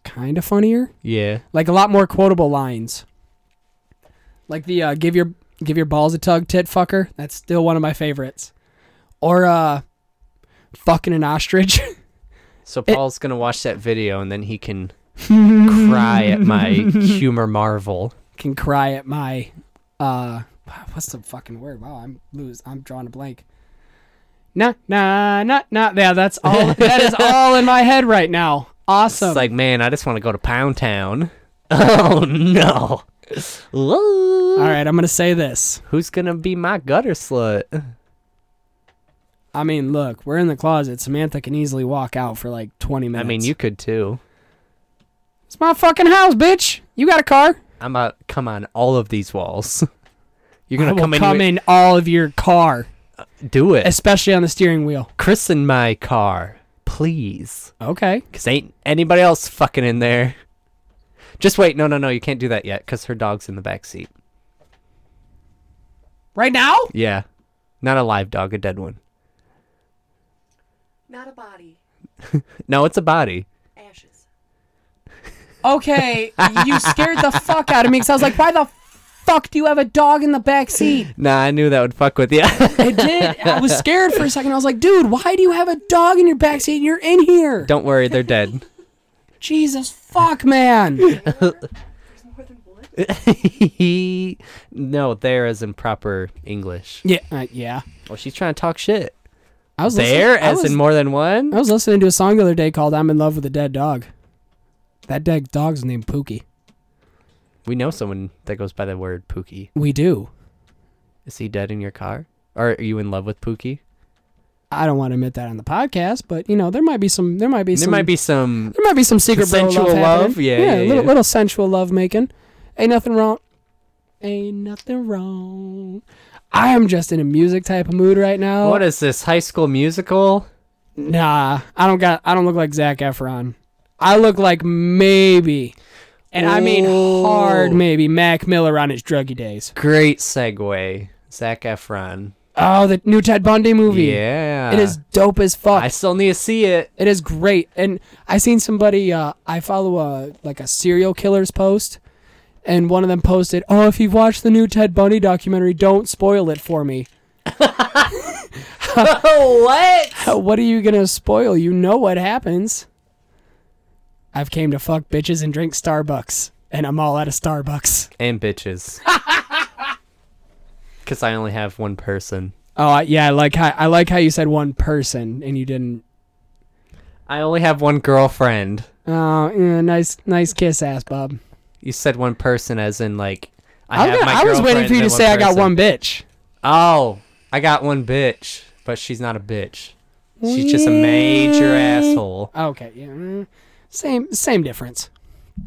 Speaker 1: kind of funnier.
Speaker 2: Yeah,
Speaker 1: Like a lot more quotable lines. Like the uh, "Give your give your balls a tug, tit fucker." That's still one of my favorites. Or uh, "Fucking an ostrich."
Speaker 2: so Paul's gonna watch that video, and then he can cry at my humor marvel.
Speaker 1: can cry at my uh what's the fucking word wow i'm lose i'm drawing a blank nah nah nah nah yeah that's all that is all in my head right now awesome
Speaker 2: It's like, man, I just want to go to Pound Town. Oh no! Woo.
Speaker 1: all right i'm gonna say this
Speaker 2: Who's gonna be my gutter slut?
Speaker 1: i mean look we're in the closet samantha can easily walk out for like 20
Speaker 2: I
Speaker 1: minutes
Speaker 2: mean, you could too.
Speaker 1: it's my fucking house bitch you got a car
Speaker 2: I'm gonna come on all of these walls. You're gonna
Speaker 1: I will
Speaker 2: come,
Speaker 1: come
Speaker 2: in,
Speaker 1: in all of your car
Speaker 2: and do it.
Speaker 1: especially on the steering wheel
Speaker 2: Christen my car, please,
Speaker 1: okay
Speaker 2: cause ain't anybody else fucking in there. Just wait, no, no, no, you can't do that yet, cause her dog's in the back seat.
Speaker 1: right now
Speaker 2: Yeah, not a live dog, a dead one.
Speaker 3: Not a body.
Speaker 2: No, it's a body.
Speaker 3: Ashes.
Speaker 1: okay you scared the fuck out of me because i was like why the fuck do you have a dog in the back seat?
Speaker 2: Nah, I knew that would fuck with you.
Speaker 1: I did. I was scared for a second. I was like, dude, why do you have a dog in your back seat? and You're in here.
Speaker 2: Don't worry, they're dead.
Speaker 1: Jesus fuck, man.
Speaker 2: no, there as in proper English.
Speaker 1: yeah, uh, yeah.
Speaker 2: Well, she's trying to talk shit.
Speaker 1: I was listening-
Speaker 2: There
Speaker 1: I
Speaker 2: as
Speaker 1: was-
Speaker 2: in more than one.
Speaker 1: I was listening to a song the other day called "I'm in Love with a Dead Dog." That dead dog's named Pookie.
Speaker 2: We know someone that goes by the word Pookie.
Speaker 1: We do.
Speaker 2: Is he dead in your car? Or are you in love with Pookie?
Speaker 1: I don't want to admit that on the podcast, but you know there might be some. There might be
Speaker 2: There
Speaker 1: some.
Speaker 2: might be some.
Speaker 1: There might be some secret bro
Speaker 2: Sensual
Speaker 1: love. happening.
Speaker 2: love? Yeah, yeah,
Speaker 1: little,
Speaker 2: yeah.
Speaker 1: little sensual love making. Ain't nothing wrong. Ain't nothing wrong. I am just in a music type of mood right now.
Speaker 2: What is this? High School Musical?
Speaker 1: Nah, I don't got. I don't look like Zach Efron. I look like maybe, and I mean
Speaker 2: Oh.
Speaker 1: hard
Speaker 2: Ooh.
Speaker 1: maybe Mac Miller on his druggy days.
Speaker 2: Great segue. Zach Efron.
Speaker 1: Oh, the new Ted Bundy movie.
Speaker 2: Yeah.
Speaker 1: It is dope as fuck.
Speaker 2: I still need to see it.
Speaker 1: It is great. And I seen somebody uh, I follow a like a serial killers post and one of them posted, "Oh, if you've watched the new Ted Bundy documentary, don't spoil it for me."
Speaker 2: what?
Speaker 1: Uh, What are you going to spoil? You know what happens. I've came to fuck bitches and drink Starbucks, and I'm all out of Starbucks.
Speaker 2: And bitches. Because I only have one person.
Speaker 1: Oh, I- yeah, I like how I like how you said one person and you didn't
Speaker 2: I only have one girlfriend.
Speaker 1: Oh, yeah, nice nice kiss ass, Bob.
Speaker 2: You said one person, as in like I,
Speaker 1: I'm
Speaker 2: have
Speaker 1: gonna-
Speaker 2: my
Speaker 1: I was waiting
Speaker 2: girlfriend
Speaker 1: for you
Speaker 2: and
Speaker 1: to
Speaker 2: one
Speaker 1: say I got
Speaker 2: person.
Speaker 1: one bitch.
Speaker 2: Oh, I got one bitch, but she's not a bitch. She's just a
Speaker 1: Yeah.
Speaker 2: major asshole.
Speaker 1: Okay, yeah. mm, Same same difference.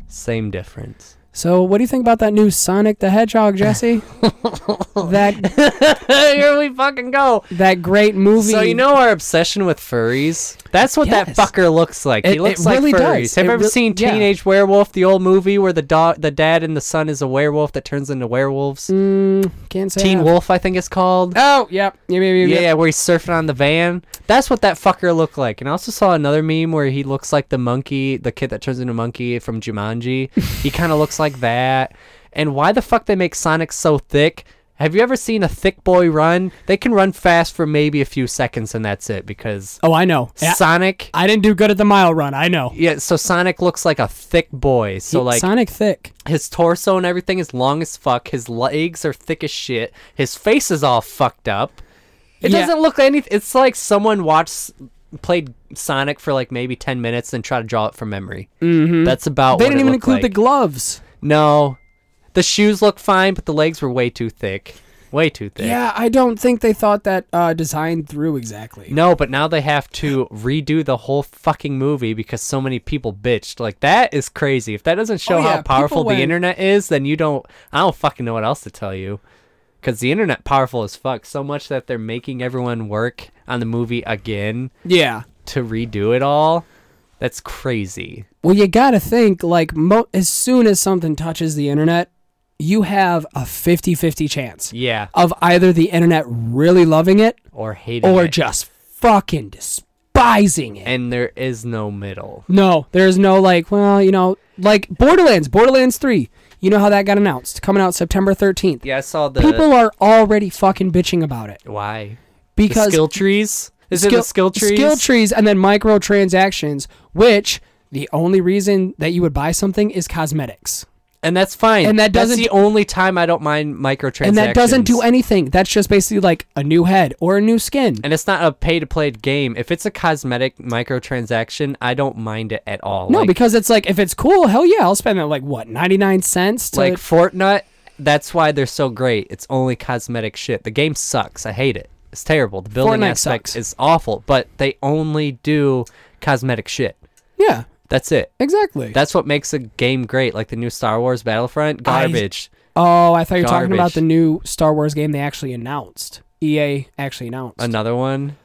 Speaker 2: Same difference.
Speaker 1: So, what do you think about that new Sonic the Hedgehog, Jesse? that
Speaker 2: Here we fucking go.
Speaker 1: that great movie.
Speaker 2: So you know our obsession with furries? That's what
Speaker 1: Yes.
Speaker 2: that fucker looks like.
Speaker 1: It-
Speaker 2: he looks
Speaker 1: it
Speaker 2: like
Speaker 1: really
Speaker 2: furries.
Speaker 1: does.
Speaker 2: Have
Speaker 1: It
Speaker 2: you ever
Speaker 1: re-
Speaker 2: seen
Speaker 1: yeah.
Speaker 2: Teenage Werewolf, the old movie where the dog, the dad and the son is a werewolf that turns into werewolves?
Speaker 1: Mm, can't say.
Speaker 2: Teen
Speaker 1: that.
Speaker 2: Wolf, I think it's called.
Speaker 1: Oh, yep. Yeah, yeah, yeah,
Speaker 2: Yeah,
Speaker 1: yeah.
Speaker 2: yeah, where he's surfing on the van. That's what that fucker looked like. And I also saw another meme where he looks like the monkey, the kid that turns into a monkey from Jumanji. he kind of looks like that. And why the fuck they make Sonic so thick? Have you ever seen a thick boy run? They can run fast for maybe a few seconds and that's it because
Speaker 1: Oh, I know. Yeah,
Speaker 2: Sonic.
Speaker 1: I didn't do good at the mile run. I know.
Speaker 2: Yeah, so Sonic looks like a thick boy. So like
Speaker 1: Sonic thick.
Speaker 2: his torso and everything is long as fuck. His legs are thick as shit. His face is all fucked up. It
Speaker 1: Yeah.
Speaker 2: doesn't look any. It's like someone watched played Sonic for like maybe ten minutes and tried to draw it from memory. Mm-hmm. That's about.
Speaker 1: They
Speaker 2: what
Speaker 1: didn't
Speaker 2: it
Speaker 1: even
Speaker 2: looked
Speaker 1: include the
Speaker 2: like.
Speaker 1: gloves.
Speaker 2: No, the shoes look fine, but the legs were way too thick. Way too thick.
Speaker 1: Yeah, I don't think they thought that uh, design through exactly.
Speaker 2: No, but now they have to redo the whole fucking movie because so many people bitched. Like that is crazy. If that doesn't show
Speaker 1: Oh, yeah,
Speaker 2: how powerful
Speaker 1: people
Speaker 2: the
Speaker 1: went-
Speaker 2: internet is, then you don't. I don't fucking know what else to tell you. Because the internet powerful as fuck, so much that they're making everyone work on the movie again
Speaker 1: Yeah.
Speaker 2: to redo it all. That's crazy.
Speaker 1: Well, you got to think like mo- as soon as something touches the internet, you have a 50-50 chance
Speaker 2: Yeah,
Speaker 1: of either the internet really loving it
Speaker 2: or hating
Speaker 1: or
Speaker 2: it.
Speaker 1: just fucking despising it.
Speaker 2: and there is no middle.
Speaker 1: No, there's no like, well, you know, like Borderlands, Borderlands 3. You know how that got announced, coming out September 13th.
Speaker 2: Yeah, I saw the
Speaker 1: People are already fucking bitching about it
Speaker 2: why The
Speaker 1: because
Speaker 2: skill trees. Is it the skill trees?
Speaker 1: skill trees and then microtransactions, which the only reason that you would buy something is cosmetics.
Speaker 2: and that's fine.
Speaker 1: And that doesn't-
Speaker 2: That's the only time I don't mind microtransactions.
Speaker 1: And that doesn't do anything. That's just basically like a new head or a new skin.
Speaker 2: And it's not a pay to play game. If it's a cosmetic microtransaction, I don't mind it at all.
Speaker 1: no,
Speaker 2: like,
Speaker 1: because it's like if it's cool, hell yeah, I'll spend that like what, 99 cents to
Speaker 2: like Fortnite. That's why they're so great. It's only cosmetic shit. The game sucks. I hate it. It's terrible. The building
Speaker 1: Fortnite
Speaker 2: aspect
Speaker 1: sucks.
Speaker 2: is awful. But they only do cosmetic shit.
Speaker 1: Yeah,
Speaker 2: That's it.
Speaker 1: exactly.
Speaker 2: That's what makes a game great. Like the new Star Wars Battlefront,
Speaker 1: I-
Speaker 2: garbage.
Speaker 1: Oh, I thought you were talking about
Speaker 2: Garbage.
Speaker 1: the new Star Wars game they actually announced. EA actually announced.
Speaker 2: Another one.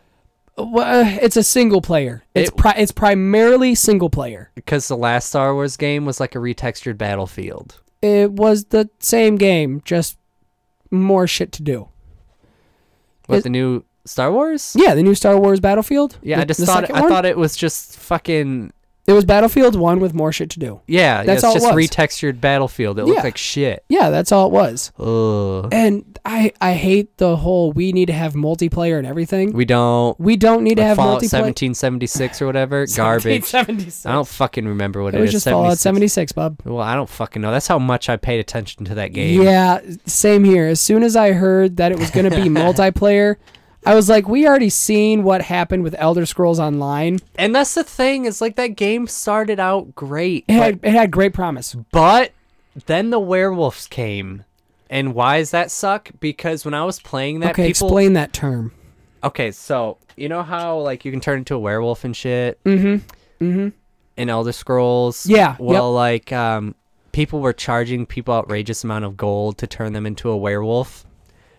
Speaker 1: well, uh, it's a single player. It's
Speaker 2: It-
Speaker 1: pri- it's primarily single player.
Speaker 2: Because the last Star Wars game was like a retextured Battlefield.
Speaker 1: It was the same game, just more shit to do.
Speaker 2: What
Speaker 1: Is-
Speaker 2: the new Star Wars?
Speaker 1: Yeah, the new Star Wars Battlefield.
Speaker 2: Yeah,
Speaker 1: the,
Speaker 2: I just
Speaker 1: the
Speaker 2: thought
Speaker 1: second
Speaker 2: I
Speaker 1: one?
Speaker 2: thought it was just fucking
Speaker 1: It was Battlefield 1 with more shit to do.
Speaker 2: Yeah,
Speaker 1: That's
Speaker 2: it's
Speaker 1: all it was.
Speaker 2: just retextured Battlefield. It
Speaker 1: Yeah.
Speaker 2: looked like shit.
Speaker 1: Yeah, that's all it was.
Speaker 2: Ugh.
Speaker 1: And I I hate the whole we need to have multiplayer and everything.
Speaker 2: We don't.
Speaker 1: We don't need to have
Speaker 2: Fallout
Speaker 1: multiplayer.
Speaker 2: 1776 or whatever. Garbage.
Speaker 1: 1776.
Speaker 2: I don't fucking remember what
Speaker 1: It
Speaker 2: it
Speaker 1: was
Speaker 2: is.
Speaker 1: just Fallout 76,
Speaker 2: 76.
Speaker 1: bub.
Speaker 2: Well, I don't fucking know. That's how much I paid attention to that game.
Speaker 1: Yeah, same here. As soon as I heard that it was going to be multiplayer, I was like, we already seen what happened with Elder Scrolls Online.
Speaker 2: And that's the thing is like that game started out great,
Speaker 1: It
Speaker 2: but,
Speaker 1: had, it had great promise.
Speaker 2: but then the werewolves came. And why does that suck? Because when I was playing that,
Speaker 1: Okay,
Speaker 2: people
Speaker 1: explain that term.
Speaker 2: Okay, so you know how like you can turn into a werewolf and shit. Mm-hmm. Mm-hmm. In Elder Scrolls.
Speaker 1: Yeah, yep.
Speaker 2: Well, like um, people were charging people outrageous amount of gold to turn them into a werewolf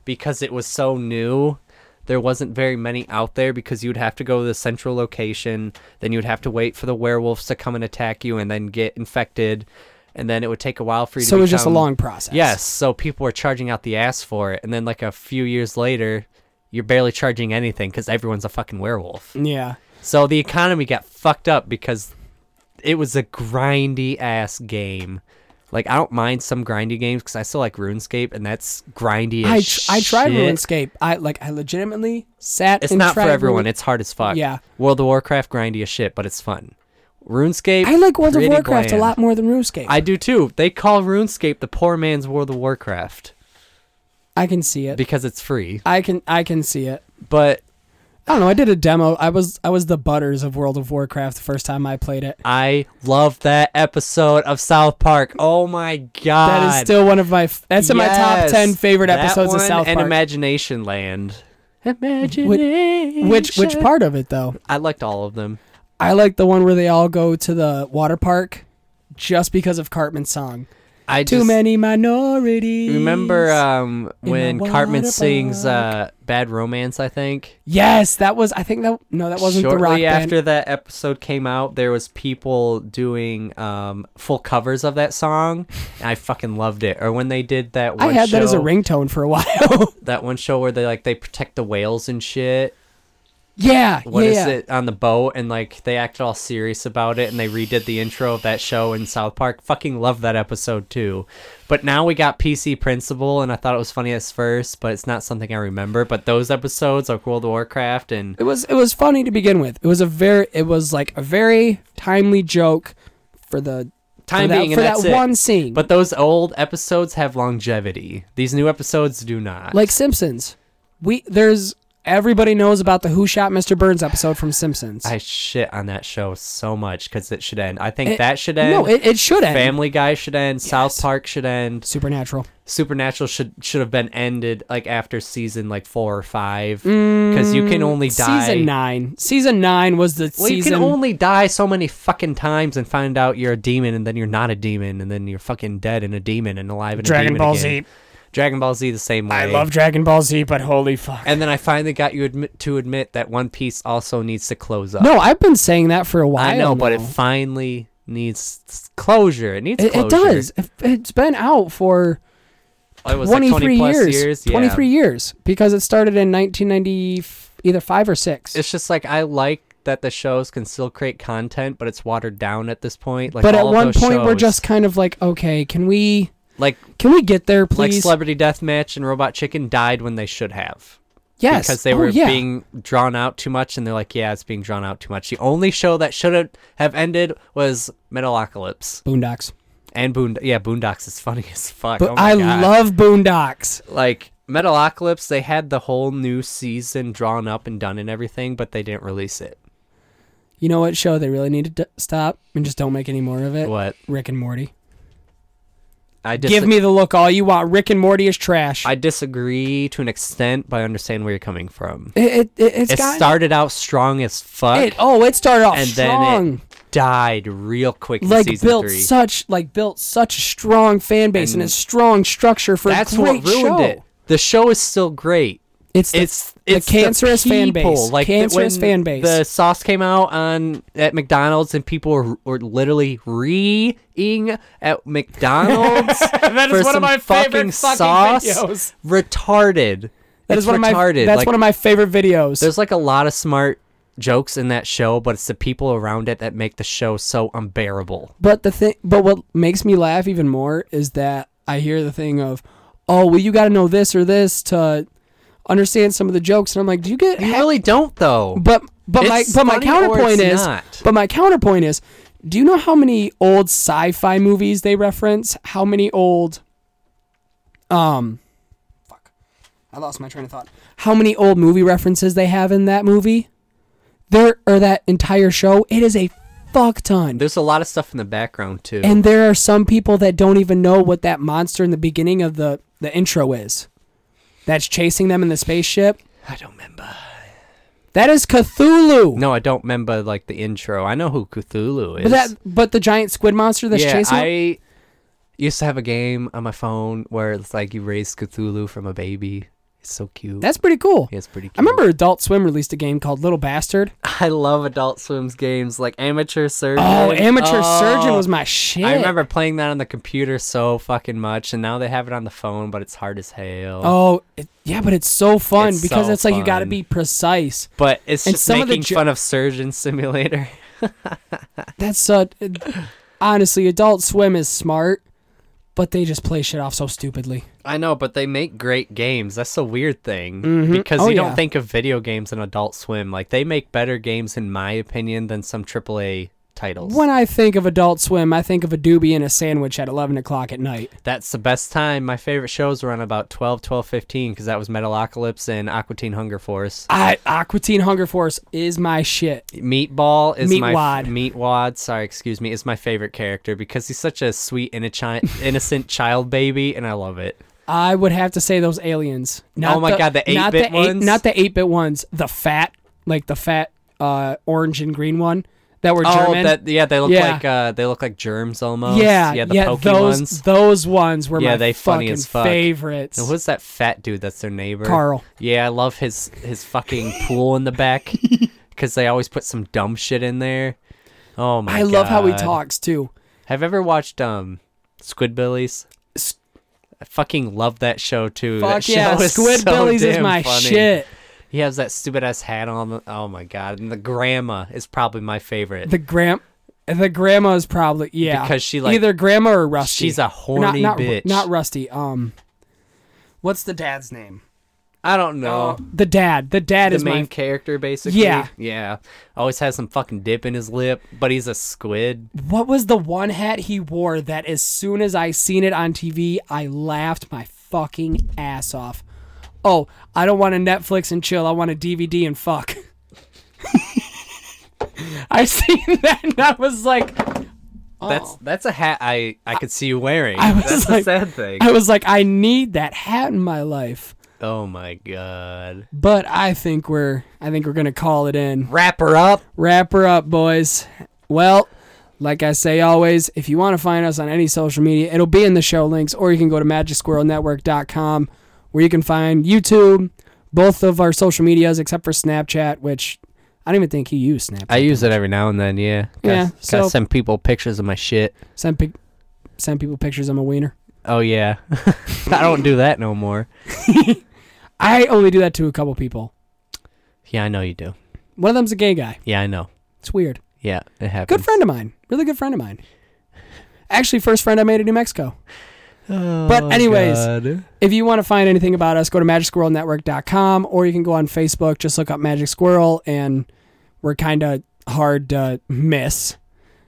Speaker 2: because it was so new. There wasn't very many out there because you'd have to go to the central location, then you'd have to wait for the werewolves to come and attack you, and then get infected, and then it would take a while for you.
Speaker 1: So
Speaker 2: to
Speaker 1: it was just a
Speaker 2: become-
Speaker 1: long process.
Speaker 2: Yes, so people were charging out the ass for it, and then like a few years later, you're barely charging anything because everyone's a fucking werewolf.
Speaker 1: Yeah.
Speaker 2: So the economy got fucked up because it was a grindy ass game. Like I don't mind some grindy games because I still like RuneScape, and that's grindy.
Speaker 1: I,
Speaker 2: As
Speaker 1: tr- I tried
Speaker 2: shit.
Speaker 1: RuneScape. I like I legitimately sat
Speaker 2: It's
Speaker 1: and
Speaker 2: not for
Speaker 1: tried
Speaker 2: everyone.
Speaker 1: Rune-
Speaker 2: It's hard as fuck.
Speaker 1: Yeah.
Speaker 2: World of Warcraft grindy as shit, but it's fun. RuneScape.
Speaker 1: I like World of
Speaker 2: pretty
Speaker 1: Warcraft
Speaker 2: bland.
Speaker 1: a lot more than RuneScape. I,
Speaker 2: I do too. They call RuneScape the poor man's World of Warcraft
Speaker 1: can see it.
Speaker 2: because it's free.
Speaker 1: I can I can see it.
Speaker 2: But
Speaker 1: I don't know. I did a demo. I was I was the butters of World of Warcraft the first time I played it.
Speaker 2: I love that episode of South Park. Oh my god.
Speaker 1: That is still one of my. f- That's in my top
Speaker 2: Yes,
Speaker 1: ten favorite
Speaker 2: that
Speaker 1: episodes of
Speaker 2: one
Speaker 1: South Park.
Speaker 2: And Imagination Land. Imagination.
Speaker 1: which which part of it though?
Speaker 2: I liked all of them.
Speaker 1: I like the one where they all go to the water park, just because of Cartman's song.
Speaker 2: I
Speaker 1: Too
Speaker 2: just
Speaker 1: many minorities.
Speaker 2: remember um,
Speaker 1: in
Speaker 2: when
Speaker 1: the water
Speaker 2: Cartman sings uh,
Speaker 1: park.
Speaker 2: Bad Romance, I think.
Speaker 1: yes, that was. I think that no, that wasn't
Speaker 2: Shortly
Speaker 1: the rock band.
Speaker 2: after that episode came out, there was people doing um, full covers of that song, and I fucking loved it. Or when they did that one
Speaker 1: I had that as a
Speaker 2: show-
Speaker 1: ringtone for a while.
Speaker 2: that one show where they like they protect the whales and shit.
Speaker 1: yeah,
Speaker 2: What
Speaker 1: yeah,
Speaker 2: is
Speaker 1: yeah.
Speaker 2: it on the boat? And like they acted all serious about it, and they redid the intro of that show in South Park. Fucking love that episode too. But now we got PC Principal, and I thought it was funny at first, but it's not something I remember. But those episodes, like World of Warcraft, and
Speaker 1: It was it was funny to begin with. It was a very it was like a very timely joke for the
Speaker 2: time
Speaker 1: for that,
Speaker 2: being,
Speaker 1: for
Speaker 2: and that's
Speaker 1: that
Speaker 2: it.
Speaker 1: one scene.
Speaker 2: But those old episodes have longevity. These new episodes do not.
Speaker 1: like Simpsons, we there's everybody knows about the Who Shot Mr. Burns episode from Simpsons.
Speaker 2: I shit on that show so much because it should end. I think
Speaker 1: It-
Speaker 2: that should end.
Speaker 1: no, it, it should end.
Speaker 2: Family Guy should end. South
Speaker 1: Yes.
Speaker 2: Park should end.
Speaker 1: Supernatural.
Speaker 2: Supernatural should should have been ended like after season like four or five because you can only die.
Speaker 1: Mm, Season nine. Season nine was the
Speaker 2: Well,
Speaker 1: season.
Speaker 2: you can only die so many fucking times and find out you're a demon and then you're not a demon and then you're fucking dead and a demon and alive and a
Speaker 1: Dragon
Speaker 2: demon
Speaker 1: Ball
Speaker 2: again.
Speaker 1: Z.
Speaker 2: Dragon Ball Z the same way.
Speaker 1: I love Dragon Ball Z, but holy fuck.
Speaker 2: And then I finally got you admit, to admit that One Piece also needs to close up.
Speaker 1: No, I've been saying that for a while.
Speaker 2: I, know, but it
Speaker 1: now.
Speaker 2: finally needs s- closure. It needs
Speaker 1: it,
Speaker 2: closure.
Speaker 1: it does. It- It's been out for
Speaker 2: It was like
Speaker 1: 23
Speaker 2: 20 plus
Speaker 1: years.
Speaker 2: years. yeah.
Speaker 1: 23 years because it started in 1990 f- either 5 or 6.
Speaker 2: it's just like I like that the shows can still create content, but it's watered down at this point. Like,
Speaker 1: but at
Speaker 2: all of
Speaker 1: one
Speaker 2: those
Speaker 1: point we're
Speaker 2: shows,
Speaker 1: just kind of like, okay, can we
Speaker 2: like
Speaker 1: can we get there
Speaker 2: like
Speaker 1: please?
Speaker 2: Celebrity Deathmatch and Robot Chicken died when they should have.
Speaker 1: yes.
Speaker 2: because they
Speaker 1: Oh,
Speaker 2: were
Speaker 1: yeah.
Speaker 2: being drawn out too much, and they're like, yeah, it's being drawn out too much. The only show that should have- have ended was Metalocalypse
Speaker 1: Boondocks.
Speaker 2: and Boond. Yeah, Boondocks is funny as fuck.
Speaker 1: But
Speaker 2: oh my
Speaker 1: I
Speaker 2: God.
Speaker 1: love Boondocks.
Speaker 2: like Metalocalypse. They had the whole new season drawn up and done and everything, but they didn't release it.
Speaker 1: You know what show they really need to d- stop and just don't make any more of it?
Speaker 2: What
Speaker 1: Rick and Morty.
Speaker 2: I dis-
Speaker 1: Give me the look all you want. Rick and Morty is trash.
Speaker 2: I disagree to an extent, but I understand where you're coming from.
Speaker 1: it, it, it, it's
Speaker 2: it
Speaker 1: got
Speaker 2: started out strong as fuck
Speaker 1: it, oh, it started off
Speaker 2: and
Speaker 1: strong.
Speaker 2: then it died real quick in
Speaker 1: like
Speaker 2: season
Speaker 1: built
Speaker 2: three.
Speaker 1: such like built such a strong fan base and,
Speaker 2: And
Speaker 1: a strong structure for
Speaker 2: That's
Speaker 1: a great
Speaker 2: what ruined
Speaker 1: show.
Speaker 2: it. The show is still great.
Speaker 1: It's the,
Speaker 2: It's
Speaker 1: the
Speaker 2: it's
Speaker 1: cancerous
Speaker 2: the
Speaker 1: fan base.
Speaker 2: people. Like the-
Speaker 1: Cancerous
Speaker 2: when
Speaker 1: fan base.
Speaker 2: The sauce came out on at McDonald's and people were, were literally re-eating at McDonald's
Speaker 1: That
Speaker 2: for some fucking sauce. Retarded.
Speaker 1: That
Speaker 2: It's
Speaker 1: is one of my
Speaker 2: retarded.
Speaker 1: that's
Speaker 2: like,
Speaker 1: one of my favorite videos.
Speaker 2: There's like a lot of smart jokes in that show, but it's the people around it that make the show so unbearable.
Speaker 1: But the thing, but what makes me laugh even more is that I hear the thing of, "Oh, well, you got to know this or this to understand some of the jokes," and I'm like, "Do you get?"
Speaker 2: You
Speaker 1: ha-
Speaker 2: really don't though.
Speaker 1: but but my
Speaker 2: It's
Speaker 1: but my
Speaker 2: funny or
Speaker 1: counterpoint
Speaker 2: it's
Speaker 1: is
Speaker 2: not.
Speaker 1: but my counterpoint is, do you know how many old sci-fi movies they reference? How many old, um, fuck, I lost my train of thought. How many old movie references they have in that movie? There or that entire show? It is a fuck ton.
Speaker 2: There's a lot of stuff in the background too.
Speaker 1: And there are some people that don't even know what that monster in the beginning of the, the intro is. That's chasing them in the spaceship.
Speaker 2: I don't remember.
Speaker 1: That is Cthulhu.
Speaker 2: No, I don't remember like the intro. I know who Cthulhu is.
Speaker 1: but that but the giant squid monster that's
Speaker 2: yeah,
Speaker 1: chasing them?
Speaker 2: I used to have a game on my phone where it's like you raise Cthulhu from a baby. It's so cute.
Speaker 1: That's pretty cool.
Speaker 2: yeah, it's pretty cute.
Speaker 1: I remember Adult Swim released a game called Little Bastard.
Speaker 2: I love Adult Swim's games like Amateur Surgeon.
Speaker 1: Oh, Amateur Surgeon
Speaker 2: Oh.
Speaker 1: was my shit.
Speaker 2: I remember playing that on the computer so fucking much, and now they have it on the phone, but it's hard as hell.
Speaker 1: Oh, it, yeah, but it's so fun
Speaker 2: It's
Speaker 1: because
Speaker 2: so
Speaker 1: it's like you got to
Speaker 2: fun.
Speaker 1: be precise.
Speaker 2: But it's
Speaker 1: And
Speaker 2: just
Speaker 1: some of the
Speaker 2: making
Speaker 1: jo-
Speaker 2: fun of Surgeon Simulator.
Speaker 1: That's uh, honestly, Adult Swim is smart, but they just play shit off so stupidly.
Speaker 2: I know, but they make great games. That's the weird thing
Speaker 1: Mhm.
Speaker 2: because
Speaker 1: Oh,
Speaker 2: you
Speaker 1: yeah.
Speaker 2: don't think of video games in Adult Swim. Like they make better games, in my opinion, than some AAA titles.
Speaker 1: When I think of Adult Swim, I think of a doobie and a sandwich at 11 o'clock at night.
Speaker 2: That's the best time. My favorite shows were on about 12, 12, 15 because that was Metalocalypse and Aqua Teen Hunger Force.
Speaker 1: I Aqua Teen Hunger Force is my shit.
Speaker 2: Meatball is my
Speaker 1: Meatwad.
Speaker 2: Meatwad, sorry, excuse me, is my favorite character because he's such a sweet and a chi- innocent child baby, and I love it.
Speaker 1: I would have to say those aliens. Not
Speaker 2: Oh my God, the
Speaker 1: not
Speaker 2: 8-bit
Speaker 1: eight-
Speaker 2: ones?
Speaker 1: Not the eight bit ones. The fat, like the fat uh, orange and green one that were German.
Speaker 2: Oh, that yeah, they look
Speaker 1: Yeah.
Speaker 2: like uh, they look like germs almost.
Speaker 1: yeah,
Speaker 2: yeah, the Pokemons.
Speaker 1: those those ones were
Speaker 2: Yeah,
Speaker 1: my
Speaker 2: they funny
Speaker 1: fucking
Speaker 2: as fuck.
Speaker 1: favorites.
Speaker 2: And who's that fat dude that's their neighbor?
Speaker 1: Carl.
Speaker 2: Yeah, I love his his fucking pool in the back because they always put some dumb shit in there. Oh my!
Speaker 1: I love how he
Speaker 2: God.
Speaker 1: talks too.
Speaker 2: Have you ever watched um Squidbillies?
Speaker 1: S-
Speaker 2: I fucking love that show too. that
Speaker 1: Fuck
Speaker 2: show
Speaker 1: yeah,
Speaker 2: is so
Speaker 1: Squidbillies is
Speaker 2: damn
Speaker 1: my
Speaker 2: funny.
Speaker 1: shit.
Speaker 2: He has that stupid ass hat on. Oh my god! And the grandma is probably my favorite.
Speaker 1: The gram, the grandma is probably yeah
Speaker 2: Because she, like-
Speaker 1: either grandma or Rusty.
Speaker 2: She's a horny
Speaker 1: not, not,
Speaker 2: bitch.
Speaker 1: Not Rusty. Um, what's the dad's name?
Speaker 2: I don't know.
Speaker 1: Uh, the dad. The dad
Speaker 2: the
Speaker 1: is
Speaker 2: main
Speaker 1: my.
Speaker 2: character basically.
Speaker 1: Yeah.
Speaker 2: Yeah. Always has some fucking dip in his lip, but he's a squid.
Speaker 1: What was the one hat he wore that as soon as I seen it on TV, I laughed my fucking ass off. Oh, I don't want a Netflix and chill. I want a DVD and fuck. I seen that and I was like,
Speaker 2: That's that's a hat I I could see you wearing.
Speaker 1: Oh. I was
Speaker 2: that's
Speaker 1: like-
Speaker 2: the sad thing.
Speaker 1: I was like, I need that hat in my life.
Speaker 2: oh my god.
Speaker 1: But I think we're, I think we're gonna call it in.
Speaker 2: Wrap her up.
Speaker 1: wrap her up, boys. Well, like I say always, if you want to find us on any social media, it'll be in the show links, or you can go to magicsquirrelnetwork.com where you can find YouTube, both of our social medias except for Snapchat, which I don't even think you use Snapchat.
Speaker 2: I use it every now and then, yeah. Gotta,
Speaker 1: Yeah,
Speaker 2: gotta
Speaker 1: so-
Speaker 2: send people pictures of my shit.
Speaker 1: send pic- send people pictures of my wiener.
Speaker 2: Oh yeah. I don't do that no more.
Speaker 1: I only do that to a couple people.
Speaker 2: Yeah, I know you do.
Speaker 1: One of them's a gay guy.
Speaker 2: Yeah, I know.
Speaker 1: It's weird.
Speaker 2: Yeah, it happens.
Speaker 1: Good friend of mine. Really good friend of mine. Actually, first friend I made in New Mexico.
Speaker 2: Oh,
Speaker 1: But anyways, If you want to find anything about us, go to magicsquirrelnetwork.com or you can go on Facebook, just look up Magic Squirrel, and we're kind of hard to miss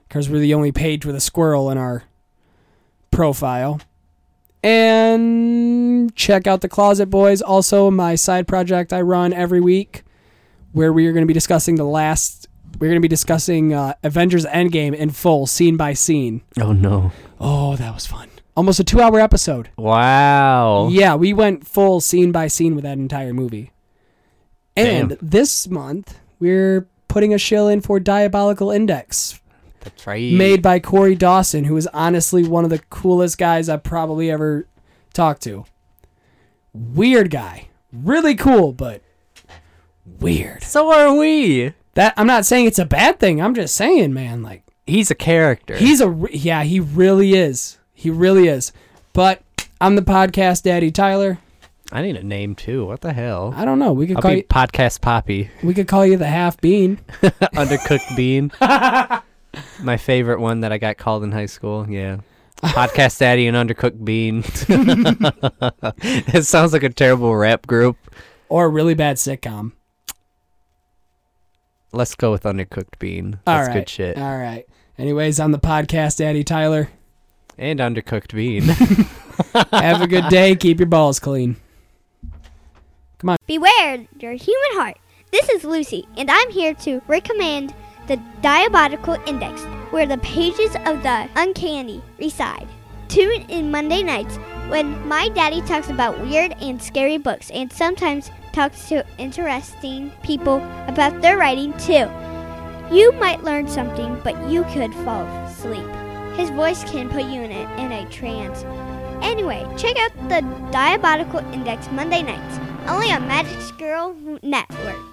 Speaker 1: because we're the only page with a squirrel in our profile. And check out The Closet Boys, also my side project I run every week where we are going to be discussing the last. We're going to be discussing uh, Avengers Endgame in full, scene by scene.
Speaker 2: Oh no.
Speaker 1: Oh, that was fun. Almost a two hour episode.
Speaker 2: Wow.
Speaker 1: Yeah, we went full scene by scene with that entire movie. And this month, we're putting a shill in for Diabolical Index,
Speaker 2: That's right.
Speaker 1: made by Corey Dawson, who is honestly one of the coolest guys I've probably ever talked to. Weird guy. Really cool, but weird.
Speaker 2: So are we.
Speaker 1: That I'm not saying it's a bad thing. I'm just saying, man, like
Speaker 2: He's a character.
Speaker 1: He's a re- yeah, he really is. He really is. But I'm the podcast daddy Tyler.
Speaker 2: I need a name too. What the hell?
Speaker 1: I don't know. We could
Speaker 2: I'll
Speaker 1: call
Speaker 2: be
Speaker 1: you,
Speaker 2: podcast Poppy,
Speaker 1: we could call you the half bean.
Speaker 2: undercooked bean. My favorite one that I got called in high school. Yeah, podcast daddy and undercooked bean. it sounds like a terrible rap group.
Speaker 1: or a really bad sitcom.
Speaker 2: Let's go with undercooked bean.
Speaker 1: All right, Uh,
Speaker 2: That's good shit.
Speaker 1: All right. Anyways, on the podcast, Daddy Tyler.
Speaker 2: And undercooked bean.
Speaker 1: Have a good day. Keep your balls clean.
Speaker 3: Beware your human heart. This is Lucy, and I'm here to recommend the Diabolical Index, where the pages of the uncanny reside. Tune in Monday nights when my daddy talks about weird and scary books and sometimes talks to interesting people about their writing too. You might learn something, but you could fall asleep. His voice can put you in a, in a trance. Anyway, check out the Diabolical Index Monday nights, only on Magic Girl Network.